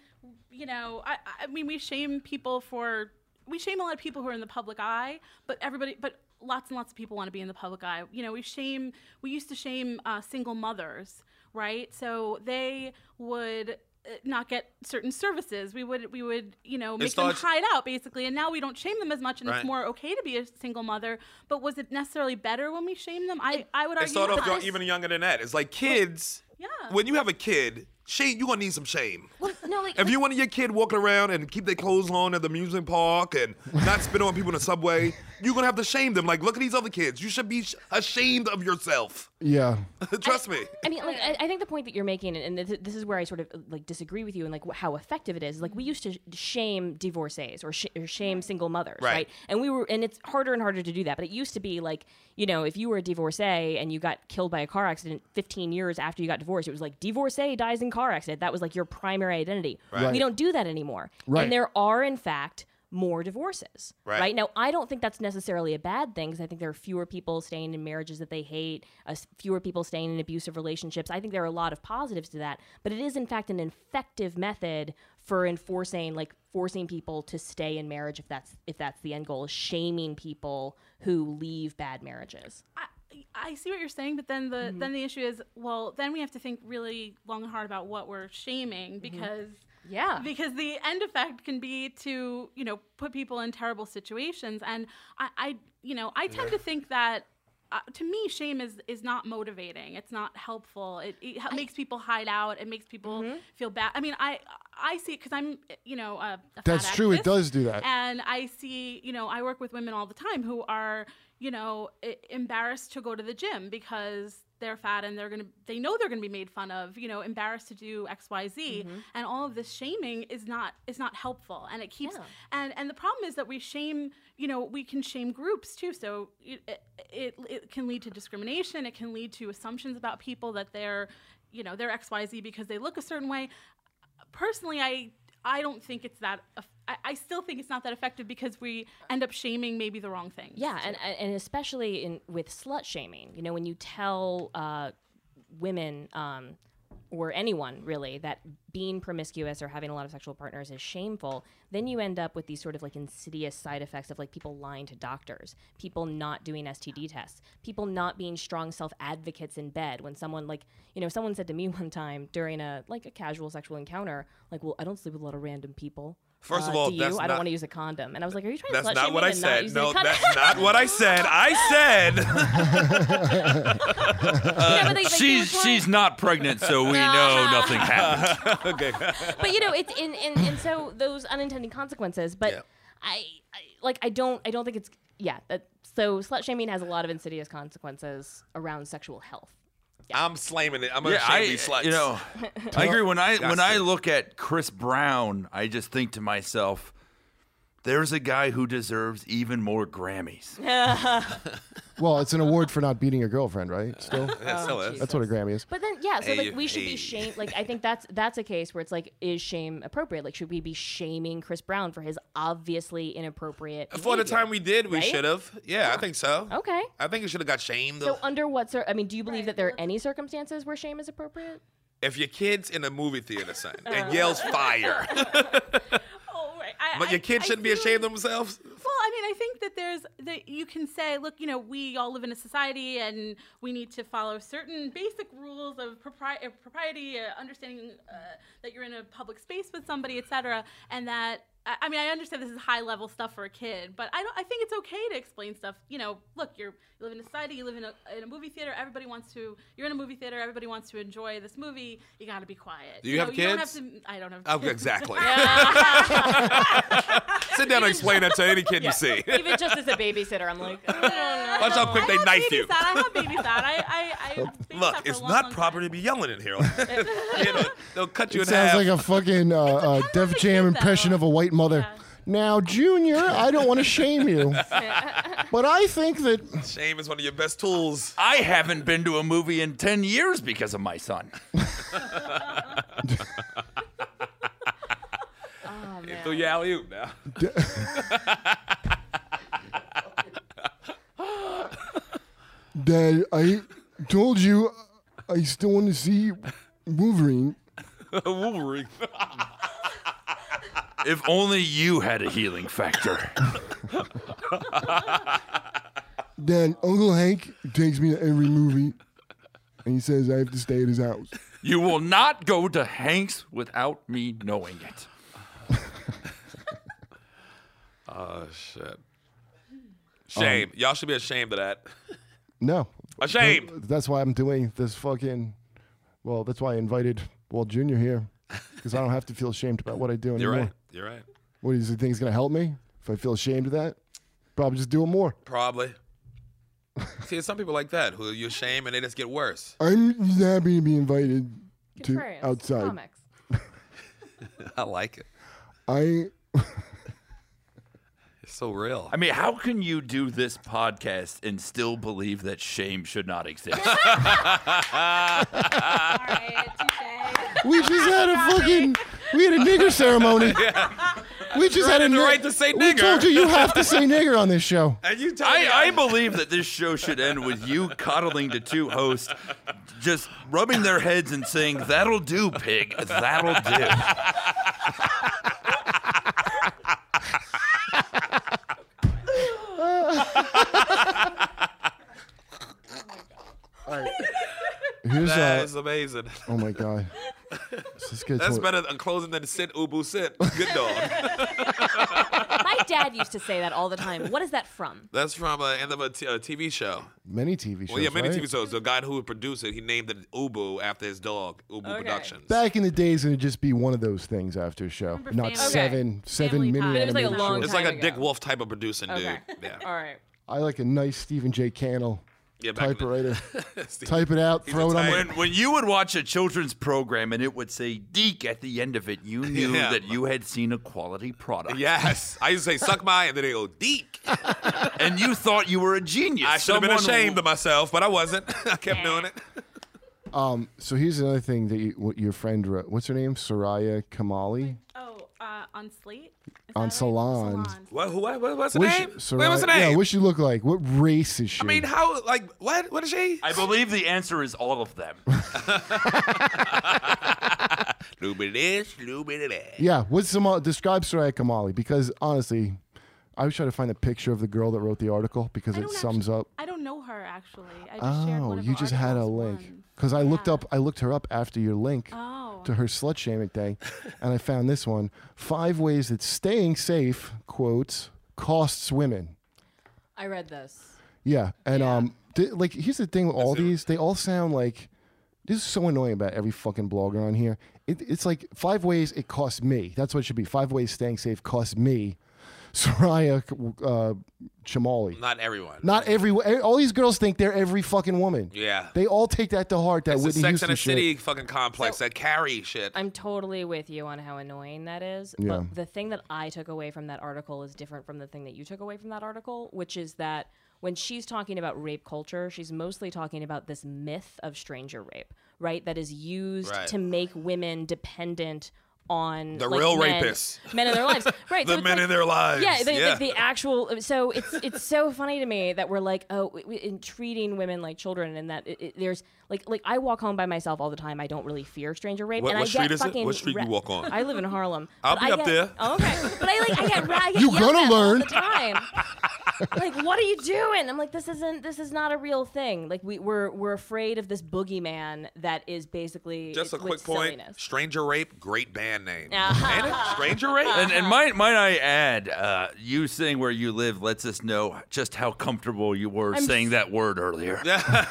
Speaker 7: you know, I, I mean, we shame people for, we shame a lot of people who are in the public eye, but everybody, but lots and lots of people want to be in the public eye. You know, we shame, we used to shame uh, single mothers, right? So they would uh, not get certain services. We would, we would, you know, make them
Speaker 4: starts-
Speaker 7: hide out basically. And now we don't shame them as much and
Speaker 4: Right.
Speaker 7: it's more okay to be a single mother. But was it necessarily better when we shamed them? I, I would
Speaker 4: It
Speaker 7: argue
Speaker 4: started off
Speaker 7: not.
Speaker 4: yo- even younger than that. It's like kids.
Speaker 7: Yeah.
Speaker 4: When you have a kid, shame you gonna need some shame.
Speaker 5: well, no, like
Speaker 4: If you want your kid walking around and keep their clothes on at the amusement park and not spit on people in the subway, you're gonna have to shame them. Like, look at these other kids. You should be sh- ashamed of yourself.
Speaker 3: Yeah,
Speaker 4: Trust me.
Speaker 5: I mean, like I, I think the point that you're making, and, and this, this is where I sort of like disagree with you, and like wh- how effective it is. Like we used to sh- shame divorcees or, sh- or shame single mothers,
Speaker 4: Right.
Speaker 5: right. And we were, and it's harder and harder to do that. But it used to be like, you know, if you were a divorcee and you got killed by a car accident 15 years after you got divorced, it was like divorcee dies in car accident. That was like your primary identity.
Speaker 4: Right.
Speaker 5: We don't do that anymore.
Speaker 3: Right.
Speaker 5: And there are, in fact. More divorces,
Speaker 4: Right.
Speaker 5: right? Now, I don't think that's necessarily a bad thing because I think there are fewer people staying in marriages that they hate, uh, s- fewer people staying in abusive relationships. I think there are a lot of positives to that, but it is in fact an effective method for enforcing, like forcing people to stay in marriage if that's if that's the end goal, is shaming people who leave bad marriages.
Speaker 7: I, I see what you're saying, but then the then the issue is, well, then we have to think really long and hard about what we're shaming because
Speaker 5: Yeah.
Speaker 7: because the end effect can be to you know put people in terrible situations, and I, I you know I tend to think that. Uh, to me, shame is, is not motivating. It's not helpful. It, it hel- makes people hide out. It makes people feel bad. I mean, I I see it because I'm you know a, a fat
Speaker 3: that's true. It
Speaker 7: activist.
Speaker 3: does do that.
Speaker 7: And I see, you know, I work with women all the time who are, you know, e- embarrassed to go to the gym because they're fat and they're going to they know they're going to be made fun of, you know, embarrassed to do XYZ
Speaker 3: Mm-hmm.
Speaker 7: and all of this shaming is not is not helpful and it keeps
Speaker 5: Yeah.
Speaker 7: and and the problem is that we shame, you know, we can shame groups too. So it, it it can lead to discrimination, it can lead to assumptions about people that they're, you know, they're XYZ because they look a certain way personally i i don't think it's that eff- I, I still think it's not that effective because we end up shaming maybe the wrong things
Speaker 5: Yeah, and and and especially in with slut shaming, you know, when you tell uh, women um, or anyone really that being promiscuous or having a lot of sexual partners is shameful, then you end up with these sort of like insidious side effects of like people lying to doctors, people not doing STD tests, people not being strong self advocates in bed. When someone like you know someone said to me one time during a like a casual sexual encounter, like, well, I don't sleep with a lot of random people.
Speaker 4: First of
Speaker 5: Uh,
Speaker 4: all,
Speaker 5: do
Speaker 4: that's
Speaker 5: you? I
Speaker 4: not-
Speaker 5: don't want to use a condom. And I was like, are you trying
Speaker 4: That's
Speaker 5: to slut
Speaker 4: not
Speaker 5: shame
Speaker 4: what
Speaker 5: me
Speaker 4: I
Speaker 5: into
Speaker 4: said.
Speaker 5: using a
Speaker 4: No,
Speaker 5: condom?
Speaker 4: that's not what I said. I said.
Speaker 5: Yeah, but they- like, they were
Speaker 6: She's
Speaker 5: trying-
Speaker 6: she's not pregnant, so we know nothing happened.
Speaker 5: but you know it's in in and so those unintended consequences but
Speaker 4: Yeah.
Speaker 5: I, I like i don't i don't think it's yeah that, so slut shaming has a lot of insidious consequences around sexual health
Speaker 4: I'm slamming it. I'm gonna
Speaker 6: Yeah,
Speaker 4: shame
Speaker 6: I
Speaker 4: these sluts.
Speaker 6: you know I agree. When I when I
Speaker 4: Disgusting.
Speaker 6: look at Chris Brown, I just think to myself, There's a guy who deserves even more Grammys.
Speaker 3: Well, it's an award for not beating your girlfriend, right? Still,
Speaker 4: Yeah, still is.
Speaker 3: that's what a Grammy is.
Speaker 5: But then, yeah, so
Speaker 4: Hey,
Speaker 5: like we should
Speaker 4: hey.
Speaker 5: be shame. Like I think that's that's a case where it's like, is shame appropriate? Like, should we be shaming Chris Brown for his obviously inappropriate?
Speaker 4: For the
Speaker 5: behavior?
Speaker 4: time we did, we
Speaker 5: right?
Speaker 4: should have. Yeah, I think so.
Speaker 5: Okay.
Speaker 4: I think it should have got shamed.
Speaker 5: So under what cir- I mean, do you believe that there are any circumstances where shame is appropriate?
Speaker 4: if your kid's in a movie theater, son, and yells fire,
Speaker 7: Oh, right. I,
Speaker 4: but
Speaker 7: I-
Speaker 4: your kids
Speaker 7: I
Speaker 4: shouldn't be
Speaker 7: feel
Speaker 4: ashamed of
Speaker 7: like-
Speaker 4: themselves.
Speaker 7: Well, I mean, I think that there's that you can say, look, you know, we all live in a society, and we need to follow certain basic rules of propri- uh, propriety, uh, understanding uh, that you're in a public space with somebody, etc., and that. I I mean, I understand this is high level stuff for a kid, but I don't. I think it's okay to explain stuff. You know, look, you're you live in a society, you live in a, in a movie theater. Everybody wants to. You're in a movie theater. Everybody wants to enjoy this movie. You got to be quiet.
Speaker 4: Do you have
Speaker 7: know, You don't have
Speaker 4: kids?
Speaker 7: to, I don't have.
Speaker 4: Oh,
Speaker 7: kids.
Speaker 4: exactly. Sit down and explain that to any kid you see.
Speaker 5: Even just as a babysitter, I'm like, oh,
Speaker 4: Watch how quick they
Speaker 7: I
Speaker 4: knife
Speaker 7: have
Speaker 4: you.
Speaker 7: babies out. I have babies out. I, I, I have babies out
Speaker 4: Look,
Speaker 7: for a
Speaker 4: it's
Speaker 7: long,
Speaker 4: not
Speaker 7: long
Speaker 4: proper
Speaker 7: time.
Speaker 4: to be yelling in here. You know, they'll cut you
Speaker 3: It
Speaker 4: in half.
Speaker 3: sounds like a fucking uh, uh, Def Jam impression of a white mother. Now, Junior, I don't want to shame you, but I think that
Speaker 4: Shame is one of your best tools.
Speaker 6: I haven't been to a movie in 10 years because of my son.
Speaker 5: oh man.
Speaker 4: Through your alley oop now.
Speaker 3: Dad, I told you I still want to see Wolverine.
Speaker 4: Wolverine.
Speaker 6: If only you had a healing factor.
Speaker 3: Dad, Uncle Hank takes me to every movie, and he says I have to stay at his house.
Speaker 6: You will not go to Hank's without me knowing it.
Speaker 4: Oh shit.
Speaker 3: Um,
Speaker 4: Shame. Y'all should be ashamed of that.
Speaker 3: No,
Speaker 4: Ashamed.
Speaker 3: that's why I'm doing this fucking. Well, that's why I invited Walt Junior here, because I don't have to feel ashamed about what I do
Speaker 4: You're
Speaker 3: anymore.
Speaker 4: right. You're right.
Speaker 3: What do you think is going to help me? If I feel ashamed of that, probably just do it more.
Speaker 4: Probably. See, there's some people like that who you shame and they just get worse.
Speaker 3: I'm just happy to be invited
Speaker 5: Contrarians,
Speaker 3: to outside.
Speaker 5: comics.
Speaker 4: I like it.
Speaker 3: I
Speaker 4: It's so real.
Speaker 6: I mean, how can you do this podcast and still believe that shame should not exist?
Speaker 7: All right, touche.
Speaker 3: we just had a fucking we had a nigger ceremony. We just had a
Speaker 4: earned the
Speaker 3: ni-
Speaker 4: right to say
Speaker 3: We
Speaker 4: nigger.
Speaker 3: told you you have to say nigger on this show.
Speaker 4: and you tell me
Speaker 6: I, I believe that this show should end with you coddling the two hosts, just rubbing their heads and saying, That'll do, pig. That'll do.
Speaker 3: Here's
Speaker 4: that
Speaker 3: uh,
Speaker 4: is amazing.
Speaker 3: oh my god. This is good.
Speaker 4: That's
Speaker 3: to-
Speaker 4: better than closing than sit ubu sit. Good dog.
Speaker 5: My dad used to say that all the time. What is that from?
Speaker 4: That's from uh, end of a, t- a TV show.
Speaker 3: Many TV shows.
Speaker 4: Well, yeah, many
Speaker 3: right?
Speaker 4: TV shows. The guy who produced it, he named it Ubu after his dog, Ubu Productions.
Speaker 3: Back in the days, it would just be one of those things after a show,
Speaker 7: Remember
Speaker 3: not
Speaker 7: Family-
Speaker 3: seven,
Speaker 7: Okay.
Speaker 3: seven
Speaker 7: Family
Speaker 3: mini.
Speaker 7: Ties.
Speaker 5: it was like
Speaker 7: But
Speaker 5: a
Speaker 3: animated
Speaker 5: long
Speaker 3: shorts.
Speaker 4: it's like a
Speaker 5: Time
Speaker 4: Dick
Speaker 5: ago.
Speaker 4: Wolf type of producing
Speaker 5: Okay.
Speaker 4: dude. Yeah,
Speaker 5: All right.
Speaker 3: I like a nice Stephen J. Cannell
Speaker 4: yeah. Back in the-
Speaker 3: typewriter.
Speaker 4: Steve-
Speaker 3: Type it out,
Speaker 4: He's a
Speaker 3: throw it on.
Speaker 4: type-
Speaker 3: the-
Speaker 6: When, when you would watch a children's program and it would say Deke at the end of it, you knew
Speaker 4: Yeah.
Speaker 6: that you had seen a quality product.
Speaker 4: Yes, I used to say suck my, and then they go Deke.
Speaker 6: And you thought you were a genius.
Speaker 4: I should have been
Speaker 6: Someone who-
Speaker 4: ashamed of myself, but I wasn't. I kept doing it.
Speaker 3: Um, so here's another thing that you, what your friend, wrote. what's her name, Soraya Kamali
Speaker 7: Oh, uh, on Slate? Is that
Speaker 3: on
Speaker 7: right?
Speaker 3: Salon.
Speaker 7: Salon.
Speaker 4: What? Who? What, what, what's her
Speaker 3: What
Speaker 4: name?
Speaker 3: She,
Speaker 4: Wait, what's her
Speaker 3: Soraya-
Speaker 4: name?
Speaker 3: Yeah, what she look like? What race is she?
Speaker 4: I mean, how? Like, what? What is she?
Speaker 6: I believe the answer is all of them.
Speaker 4: Little bit of this, little bit of that.
Speaker 3: yeah. What's Somal- describe Soraya Kamali? Because honestly, I was trying to find a picture of the girl that wrote the article because
Speaker 7: I
Speaker 3: it
Speaker 7: don't
Speaker 3: sums
Speaker 7: actually-
Speaker 3: up.
Speaker 7: I don't know her, actually. I just shared
Speaker 3: Oh,
Speaker 7: one of
Speaker 3: you
Speaker 7: her
Speaker 3: just had a
Speaker 7: articles
Speaker 3: link
Speaker 7: once.
Speaker 3: because I looked
Speaker 7: Yeah.
Speaker 3: up. I looked her up after your link
Speaker 7: Oh.
Speaker 3: to her slut shaming thing, and I found this one: five ways that staying safe quotes costs women.
Speaker 5: I read this.
Speaker 3: Yeah, and um, th- like here's the thing with all these, they all sound like this is so annoying about every fucking blogger on here. It, it's like five ways it costs me. That's what it should be. Five ways staying safe costs me. Soraya uh, Chamali.
Speaker 4: Not everyone.
Speaker 3: Not every e, all these girls think they're every fucking woman.
Speaker 4: Yeah.
Speaker 3: They all take that to heart. That
Speaker 4: it's the
Speaker 3: Whitney
Speaker 4: Sex
Speaker 3: Houston
Speaker 4: and the City
Speaker 3: shit.
Speaker 4: fucking complex. that carry shit.
Speaker 5: I'm totally with you on how annoying that is.
Speaker 3: Yeah.
Speaker 5: But the thing that I took away from that article is different from the thing that you took away from that article, which is that when she's talking about rape culture, she's mostly talking about this myth of stranger rape, right? That is used
Speaker 4: Right.
Speaker 5: to make women dependent on
Speaker 4: The
Speaker 5: like,
Speaker 4: real
Speaker 5: men-
Speaker 4: rapists.
Speaker 5: men in their lives, right?
Speaker 4: The
Speaker 5: so it's
Speaker 4: men
Speaker 5: like-
Speaker 4: in their lives.
Speaker 5: Yeah, the,
Speaker 4: Yeah.
Speaker 5: The, the actual. So it's it's so funny to me that we're like, oh, w- w- in treating women like children, and that it, it, there's like like I walk home by myself all the time. I don't really fear stranger rape,
Speaker 4: What-
Speaker 5: and
Speaker 4: what
Speaker 5: I
Speaker 4: street
Speaker 5: get
Speaker 4: is it?
Speaker 5: fucking.
Speaker 4: What street you walk on?
Speaker 5: I live in Harlem.
Speaker 4: I'll
Speaker 5: but
Speaker 4: be
Speaker 5: I
Speaker 4: up
Speaker 5: get-
Speaker 4: there.
Speaker 5: Oh, okay, but I like I get, ra- I get
Speaker 3: You
Speaker 5: yelled
Speaker 3: gonna
Speaker 5: at
Speaker 3: learn.
Speaker 5: all the time. like, what are you doing? I'm like, this isn't this is not a real thing. Like we we're we're afraid of this boogeyman that is basically
Speaker 4: Just a
Speaker 5: with
Speaker 4: quick point.
Speaker 5: silliness.
Speaker 4: Stranger Rape, great band name.
Speaker 5: Uh-huh.
Speaker 4: Ain't it? Stranger Rape?
Speaker 6: And, and might, might I add, uh, you saying where you live lets us know just how comfortable you were
Speaker 5: I'm
Speaker 6: saying that word earlier.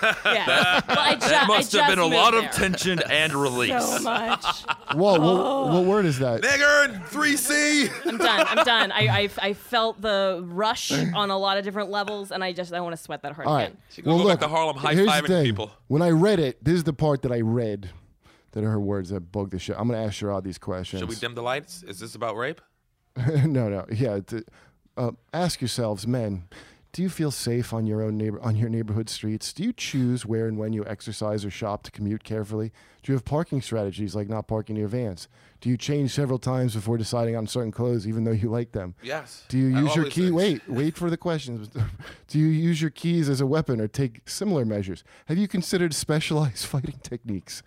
Speaker 5: Yeah. Well, I ju- I
Speaker 6: that must have
Speaker 5: just
Speaker 6: been a
Speaker 5: moved
Speaker 6: lot of
Speaker 5: there.
Speaker 6: tension and release.
Speaker 5: So much.
Speaker 3: Whoa, what, what word is that?
Speaker 4: Nigger, 3C.
Speaker 5: I'm done. I'm done. I, I, I felt the rush on a lot of different levels, and I just I want to sweat that hard
Speaker 3: All right.
Speaker 5: again.
Speaker 4: gonna
Speaker 3: well,
Speaker 4: go
Speaker 3: look,
Speaker 4: back to Harlem
Speaker 3: here's
Speaker 4: high-fiving
Speaker 3: the thing.
Speaker 4: people.
Speaker 3: When I read it, this is the part that I read that are her words that bugged the shit. I'm gonna ask Sherrod these questions.
Speaker 4: Should we dim the lights? Is this about rape?
Speaker 3: no, no, yeah. t- uh, ask yourselves, men. Do you feel safe on your own neighbor on your neighborhood streets? Do you choose where and when you exercise or shop to commute carefully? Do you have parking strategies like not parking your vans? Do you change several times before deciding on certain clothes even though you like them?
Speaker 4: Yes.
Speaker 3: Do you
Speaker 4: I
Speaker 3: use your
Speaker 4: always
Speaker 3: key?
Speaker 4: think-
Speaker 3: Wait, wait for the questions. Do you use your keys as a weapon or take similar measures? Have you considered specialized fighting techniques?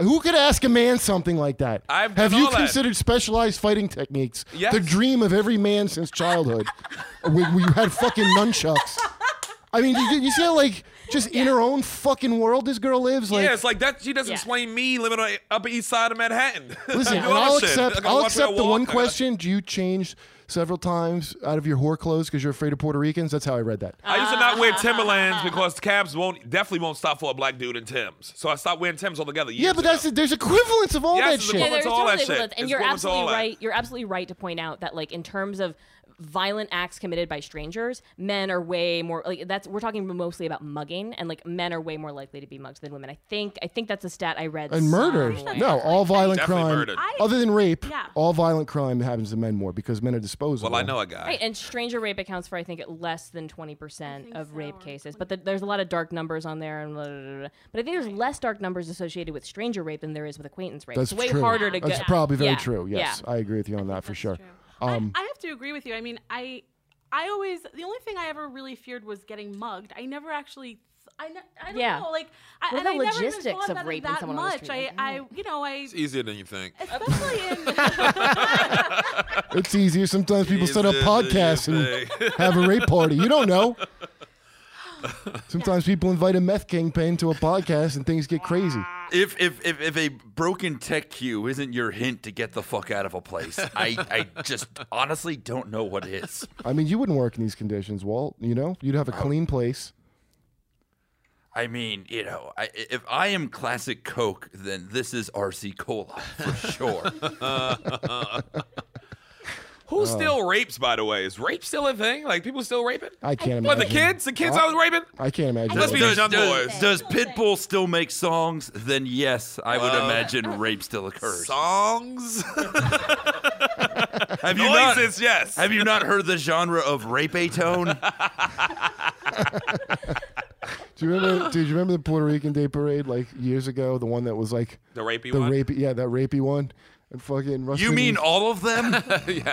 Speaker 3: Who could ask a man something like that?
Speaker 4: I've
Speaker 3: Have
Speaker 4: done
Speaker 3: you
Speaker 4: all that.
Speaker 3: considered specialized fighting techniques?
Speaker 4: Yes.
Speaker 3: The dream of every man since childhood, when we had fucking nunchucks. I mean, you, you see how like just in her own fucking world this girl lives. Like,
Speaker 4: yeah, it's like that. She doesn't
Speaker 5: Yeah.
Speaker 4: explain me living on the Upper East Side of Manhattan.
Speaker 3: Listen,
Speaker 4: I
Speaker 3: and
Speaker 4: do all
Speaker 3: I'll
Speaker 4: that shit. I
Speaker 3: accept.
Speaker 4: gotta
Speaker 3: I'll
Speaker 4: watch where I
Speaker 3: accept the
Speaker 4: walk.
Speaker 3: one
Speaker 4: I gotta-
Speaker 3: question. Do you change several times out of your whore clothes because you're afraid of Puerto Ricans? That's how I read that.
Speaker 4: I used to not wear Timberlands because cabs won't definitely won't stop for a black dude in Tims. So I stopped wearing Tims altogether.
Speaker 3: Yeah,
Speaker 4: years
Speaker 3: but that's
Speaker 4: ago.
Speaker 3: there's equivalence of all
Speaker 4: Yes,
Speaker 3: that
Speaker 4: it's
Speaker 3: shit.
Speaker 5: Yeah,
Speaker 4: equivalent.
Speaker 5: there's
Speaker 4: It's all that
Speaker 5: totally
Speaker 4: shit.
Speaker 5: equivalent, and
Speaker 4: It's
Speaker 5: you're
Speaker 4: equivalent to all
Speaker 5: absolutely
Speaker 4: that.
Speaker 5: right. You're absolutely right to point out that like in terms of violent acts committed by strangers, men are way more like that's we're talking mostly about mugging, and like men are way more likely to be mugged than women. I think I think that's a stat I read.
Speaker 3: and murder.
Speaker 5: somewhere.
Speaker 3: No, all violent
Speaker 4: Definitely
Speaker 3: crime.
Speaker 4: murdered. I-
Speaker 3: Other than rape,
Speaker 7: Yeah.
Speaker 3: all violent crime happens to men more because men are disposable.
Speaker 4: well, I know a guy.
Speaker 5: Right, and stranger rape accounts for I think less than twenty percent of
Speaker 7: so,
Speaker 5: rape
Speaker 7: or
Speaker 5: cases, but the, there's a lot of dark numbers on there, and blah, blah, blah, blah. but I think there's less dark numbers associated with stranger rape than there is with acquaintance rape.
Speaker 3: That's
Speaker 5: it's way
Speaker 3: true.
Speaker 5: harder to
Speaker 3: That's
Speaker 5: get.
Speaker 3: probably very
Speaker 5: Yeah,
Speaker 3: true. Yes,
Speaker 5: yeah.
Speaker 3: I agree with you on that for sure.
Speaker 7: I-
Speaker 3: Um,
Speaker 7: I, have to agree with you. I mean, I, I always the only thing I ever really feared was getting mugged. I never actually. I, ne- I don't
Speaker 5: Yeah.
Speaker 7: know, like, I,
Speaker 5: What
Speaker 7: and
Speaker 5: are
Speaker 7: I
Speaker 5: the
Speaker 7: never even
Speaker 5: logistics
Speaker 7: thought
Speaker 5: of
Speaker 7: about it
Speaker 5: raping
Speaker 7: that
Speaker 5: someone on the
Speaker 7: much.
Speaker 5: street?
Speaker 7: I, I, you know, I,
Speaker 4: it's easier than you think.
Speaker 7: especially in,
Speaker 3: It's easier. Sometimes people set up
Speaker 4: Easier than you
Speaker 3: podcasts and
Speaker 4: think.
Speaker 3: have a rape party. You don't know. Sometimes people invite a meth kingpin to a podcast and things get crazy.
Speaker 6: If, if if if a broken tech cue isn't your hint to get the fuck out of a place, I, I just honestly don't know what is.
Speaker 3: I mean, you wouldn't work in these conditions, Walt. You know, you'd have a clean place.
Speaker 6: I mean, you know, I, if I am classic Coke, then this is RC Cola for sure.
Speaker 4: Who
Speaker 3: Oh.
Speaker 4: still rapes? By the way, is rape still a thing? Like people still raping?
Speaker 3: I can't
Speaker 4: What the
Speaker 3: imagine.
Speaker 4: kids? The kids I was raping?
Speaker 3: I can't imagine.
Speaker 4: Let's be
Speaker 6: does,
Speaker 4: young
Speaker 6: does-
Speaker 4: boys.
Speaker 6: does Pitbull still make songs? Then yes, I would
Speaker 4: uh,
Speaker 6: imagine rape still occurs.
Speaker 4: Songs,
Speaker 6: Have you not?
Speaker 4: noises, yes.
Speaker 6: Have you not heard the genre of rape tone?
Speaker 3: Do you remember? dude, you remember the Puerto Rican Day Parade like years ago? The one that was like
Speaker 4: The rapey
Speaker 3: the
Speaker 4: one?
Speaker 3: rapey, yeah, that rapey one, and fucking. Rustin
Speaker 6: You mean
Speaker 3: Lee-
Speaker 6: all of them?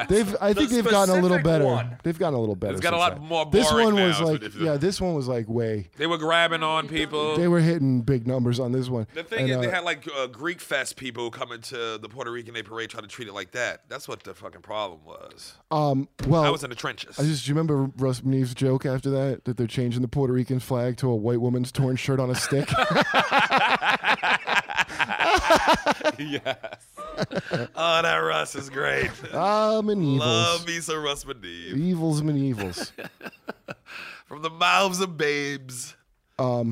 Speaker 3: They've, I think they've gotten a little
Speaker 6: specific
Speaker 3: better.
Speaker 6: one.
Speaker 3: They've gotten a little better.
Speaker 4: It's got a
Speaker 3: since
Speaker 4: lot
Speaker 3: then.
Speaker 4: more
Speaker 3: This
Speaker 4: boring
Speaker 3: one
Speaker 4: now,
Speaker 3: was
Speaker 4: is what
Speaker 3: like,
Speaker 4: it is.
Speaker 3: yeah, this one was like way.
Speaker 4: They were grabbing on people.
Speaker 3: They were hitting big numbers on this one.
Speaker 4: the thing
Speaker 3: And,
Speaker 4: is, they
Speaker 3: uh,
Speaker 4: had like uh, Greek fest people coming to the Puerto Rican Day Parade trying to treat it like that. That's what the fucking problem was.
Speaker 3: um, well,
Speaker 4: I was in the trenches.
Speaker 3: I just do you remember Russ Neve's joke after that that they're changing the Puerto Rican flag to a white woman's torn shirt on a stick.
Speaker 4: yes. oh, that Russ is great.
Speaker 3: I'm an Ah, evils.
Speaker 4: Love me some Russ Maneve.
Speaker 3: Evils evils.
Speaker 4: From the mouths of babes.
Speaker 3: all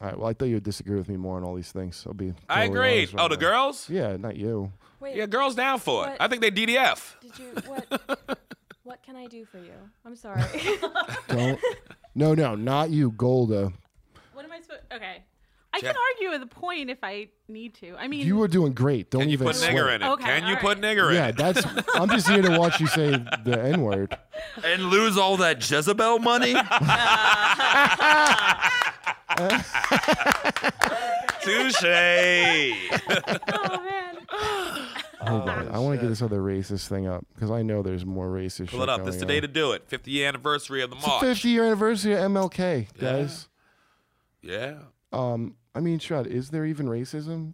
Speaker 3: right. Well, I thought you would disagree with me more on all these things. I'll be. totally
Speaker 4: I agreed.
Speaker 3: honest right
Speaker 4: Oh, the
Speaker 3: now.
Speaker 4: girls?
Speaker 3: Yeah, not you.
Speaker 5: Wait,
Speaker 4: Yeah, girls down for it.
Speaker 5: What?
Speaker 4: I think they DDF.
Speaker 5: did you what? What can I do for you? I'm sorry.
Speaker 3: Don't. No, no, not you, Golda.
Speaker 7: What am I supposed? Okay, I
Speaker 4: Jeff-
Speaker 7: can argue with the point if I need to. I mean,
Speaker 3: You were doing great. Don't
Speaker 4: Can you
Speaker 3: even
Speaker 4: put
Speaker 3: sweat.
Speaker 4: nigger in it?
Speaker 7: Okay,
Speaker 4: Can you
Speaker 7: all
Speaker 4: put
Speaker 7: right.
Speaker 4: nigger
Speaker 3: Yeah,
Speaker 4: in it?
Speaker 3: that's. I'm just here to watch you say the N word.
Speaker 6: and lose all that Jezebel money.
Speaker 4: Touche.
Speaker 7: oh man,
Speaker 4: Oh,
Speaker 3: Hold on, I want to get this other racist thing up because I know there's more racist.
Speaker 4: Pull
Speaker 3: shit
Speaker 4: it up.
Speaker 3: going
Speaker 4: This is the day
Speaker 3: on.
Speaker 4: to do it. 50th anniversary of the
Speaker 3: It's the
Speaker 4: march.
Speaker 3: 50 year anniversary of MLK, guys.
Speaker 4: Yeah.
Speaker 3: Um, I mean, Shud, is there even racism?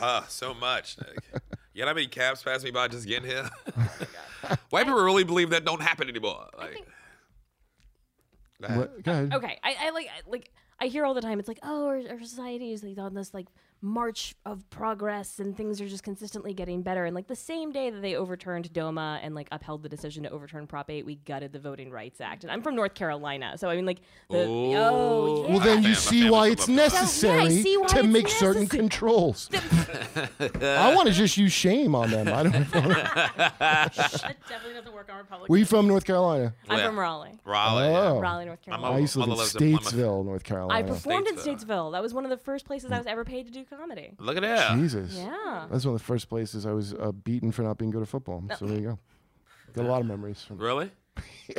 Speaker 4: Ah, so much. You know how many cabs pass me by just getting here? White people really believe that don't happen anymore. Like,
Speaker 3: What? Go ahead.
Speaker 5: okay, I, I like I, like I hear all the time. It's like oh, our, our society is like on this like march of progress, and things are just consistently getting better. And like the same day that they overturned DOMA and like upheld the decision to overturn Prop 8, we gutted the Voting Rights Act. And I'm from North Carolina, so I mean like the oh
Speaker 4: Ooh.
Speaker 5: yeah.
Speaker 3: Well, then
Speaker 4: Alabama,
Speaker 3: you see
Speaker 4: Alabama,
Speaker 3: why it's
Speaker 4: Alabama.
Speaker 3: necessary
Speaker 5: Yeah, I see why
Speaker 3: to
Speaker 5: it's
Speaker 3: make certain
Speaker 5: necessary.
Speaker 3: controls. I want to just use shame on them. I don't. know.
Speaker 7: that definitely doesn't work on Republicans.
Speaker 3: we from North Carolina.
Speaker 5: I'm
Speaker 4: Yeah.
Speaker 5: from Raleigh,
Speaker 4: Raleigh. yeah.
Speaker 3: Oh.
Speaker 5: Raleigh, North
Speaker 4: I'm
Speaker 5: Carolina.
Speaker 4: a- uh,
Speaker 3: I used to live in
Speaker 4: Mother lives in Plymouth.
Speaker 3: Statesville, North
Speaker 5: I
Speaker 3: Carolina.
Speaker 5: performed in
Speaker 4: Statesville.
Speaker 5: Statesville. That was one of the first places I was ever paid to do comedy.
Speaker 4: Look at that.
Speaker 3: Jesus.
Speaker 5: Yeah.
Speaker 3: That's one of the first places I was uh, beaten for not being good at football. So there you go. Got a lot of memories from
Speaker 4: Really?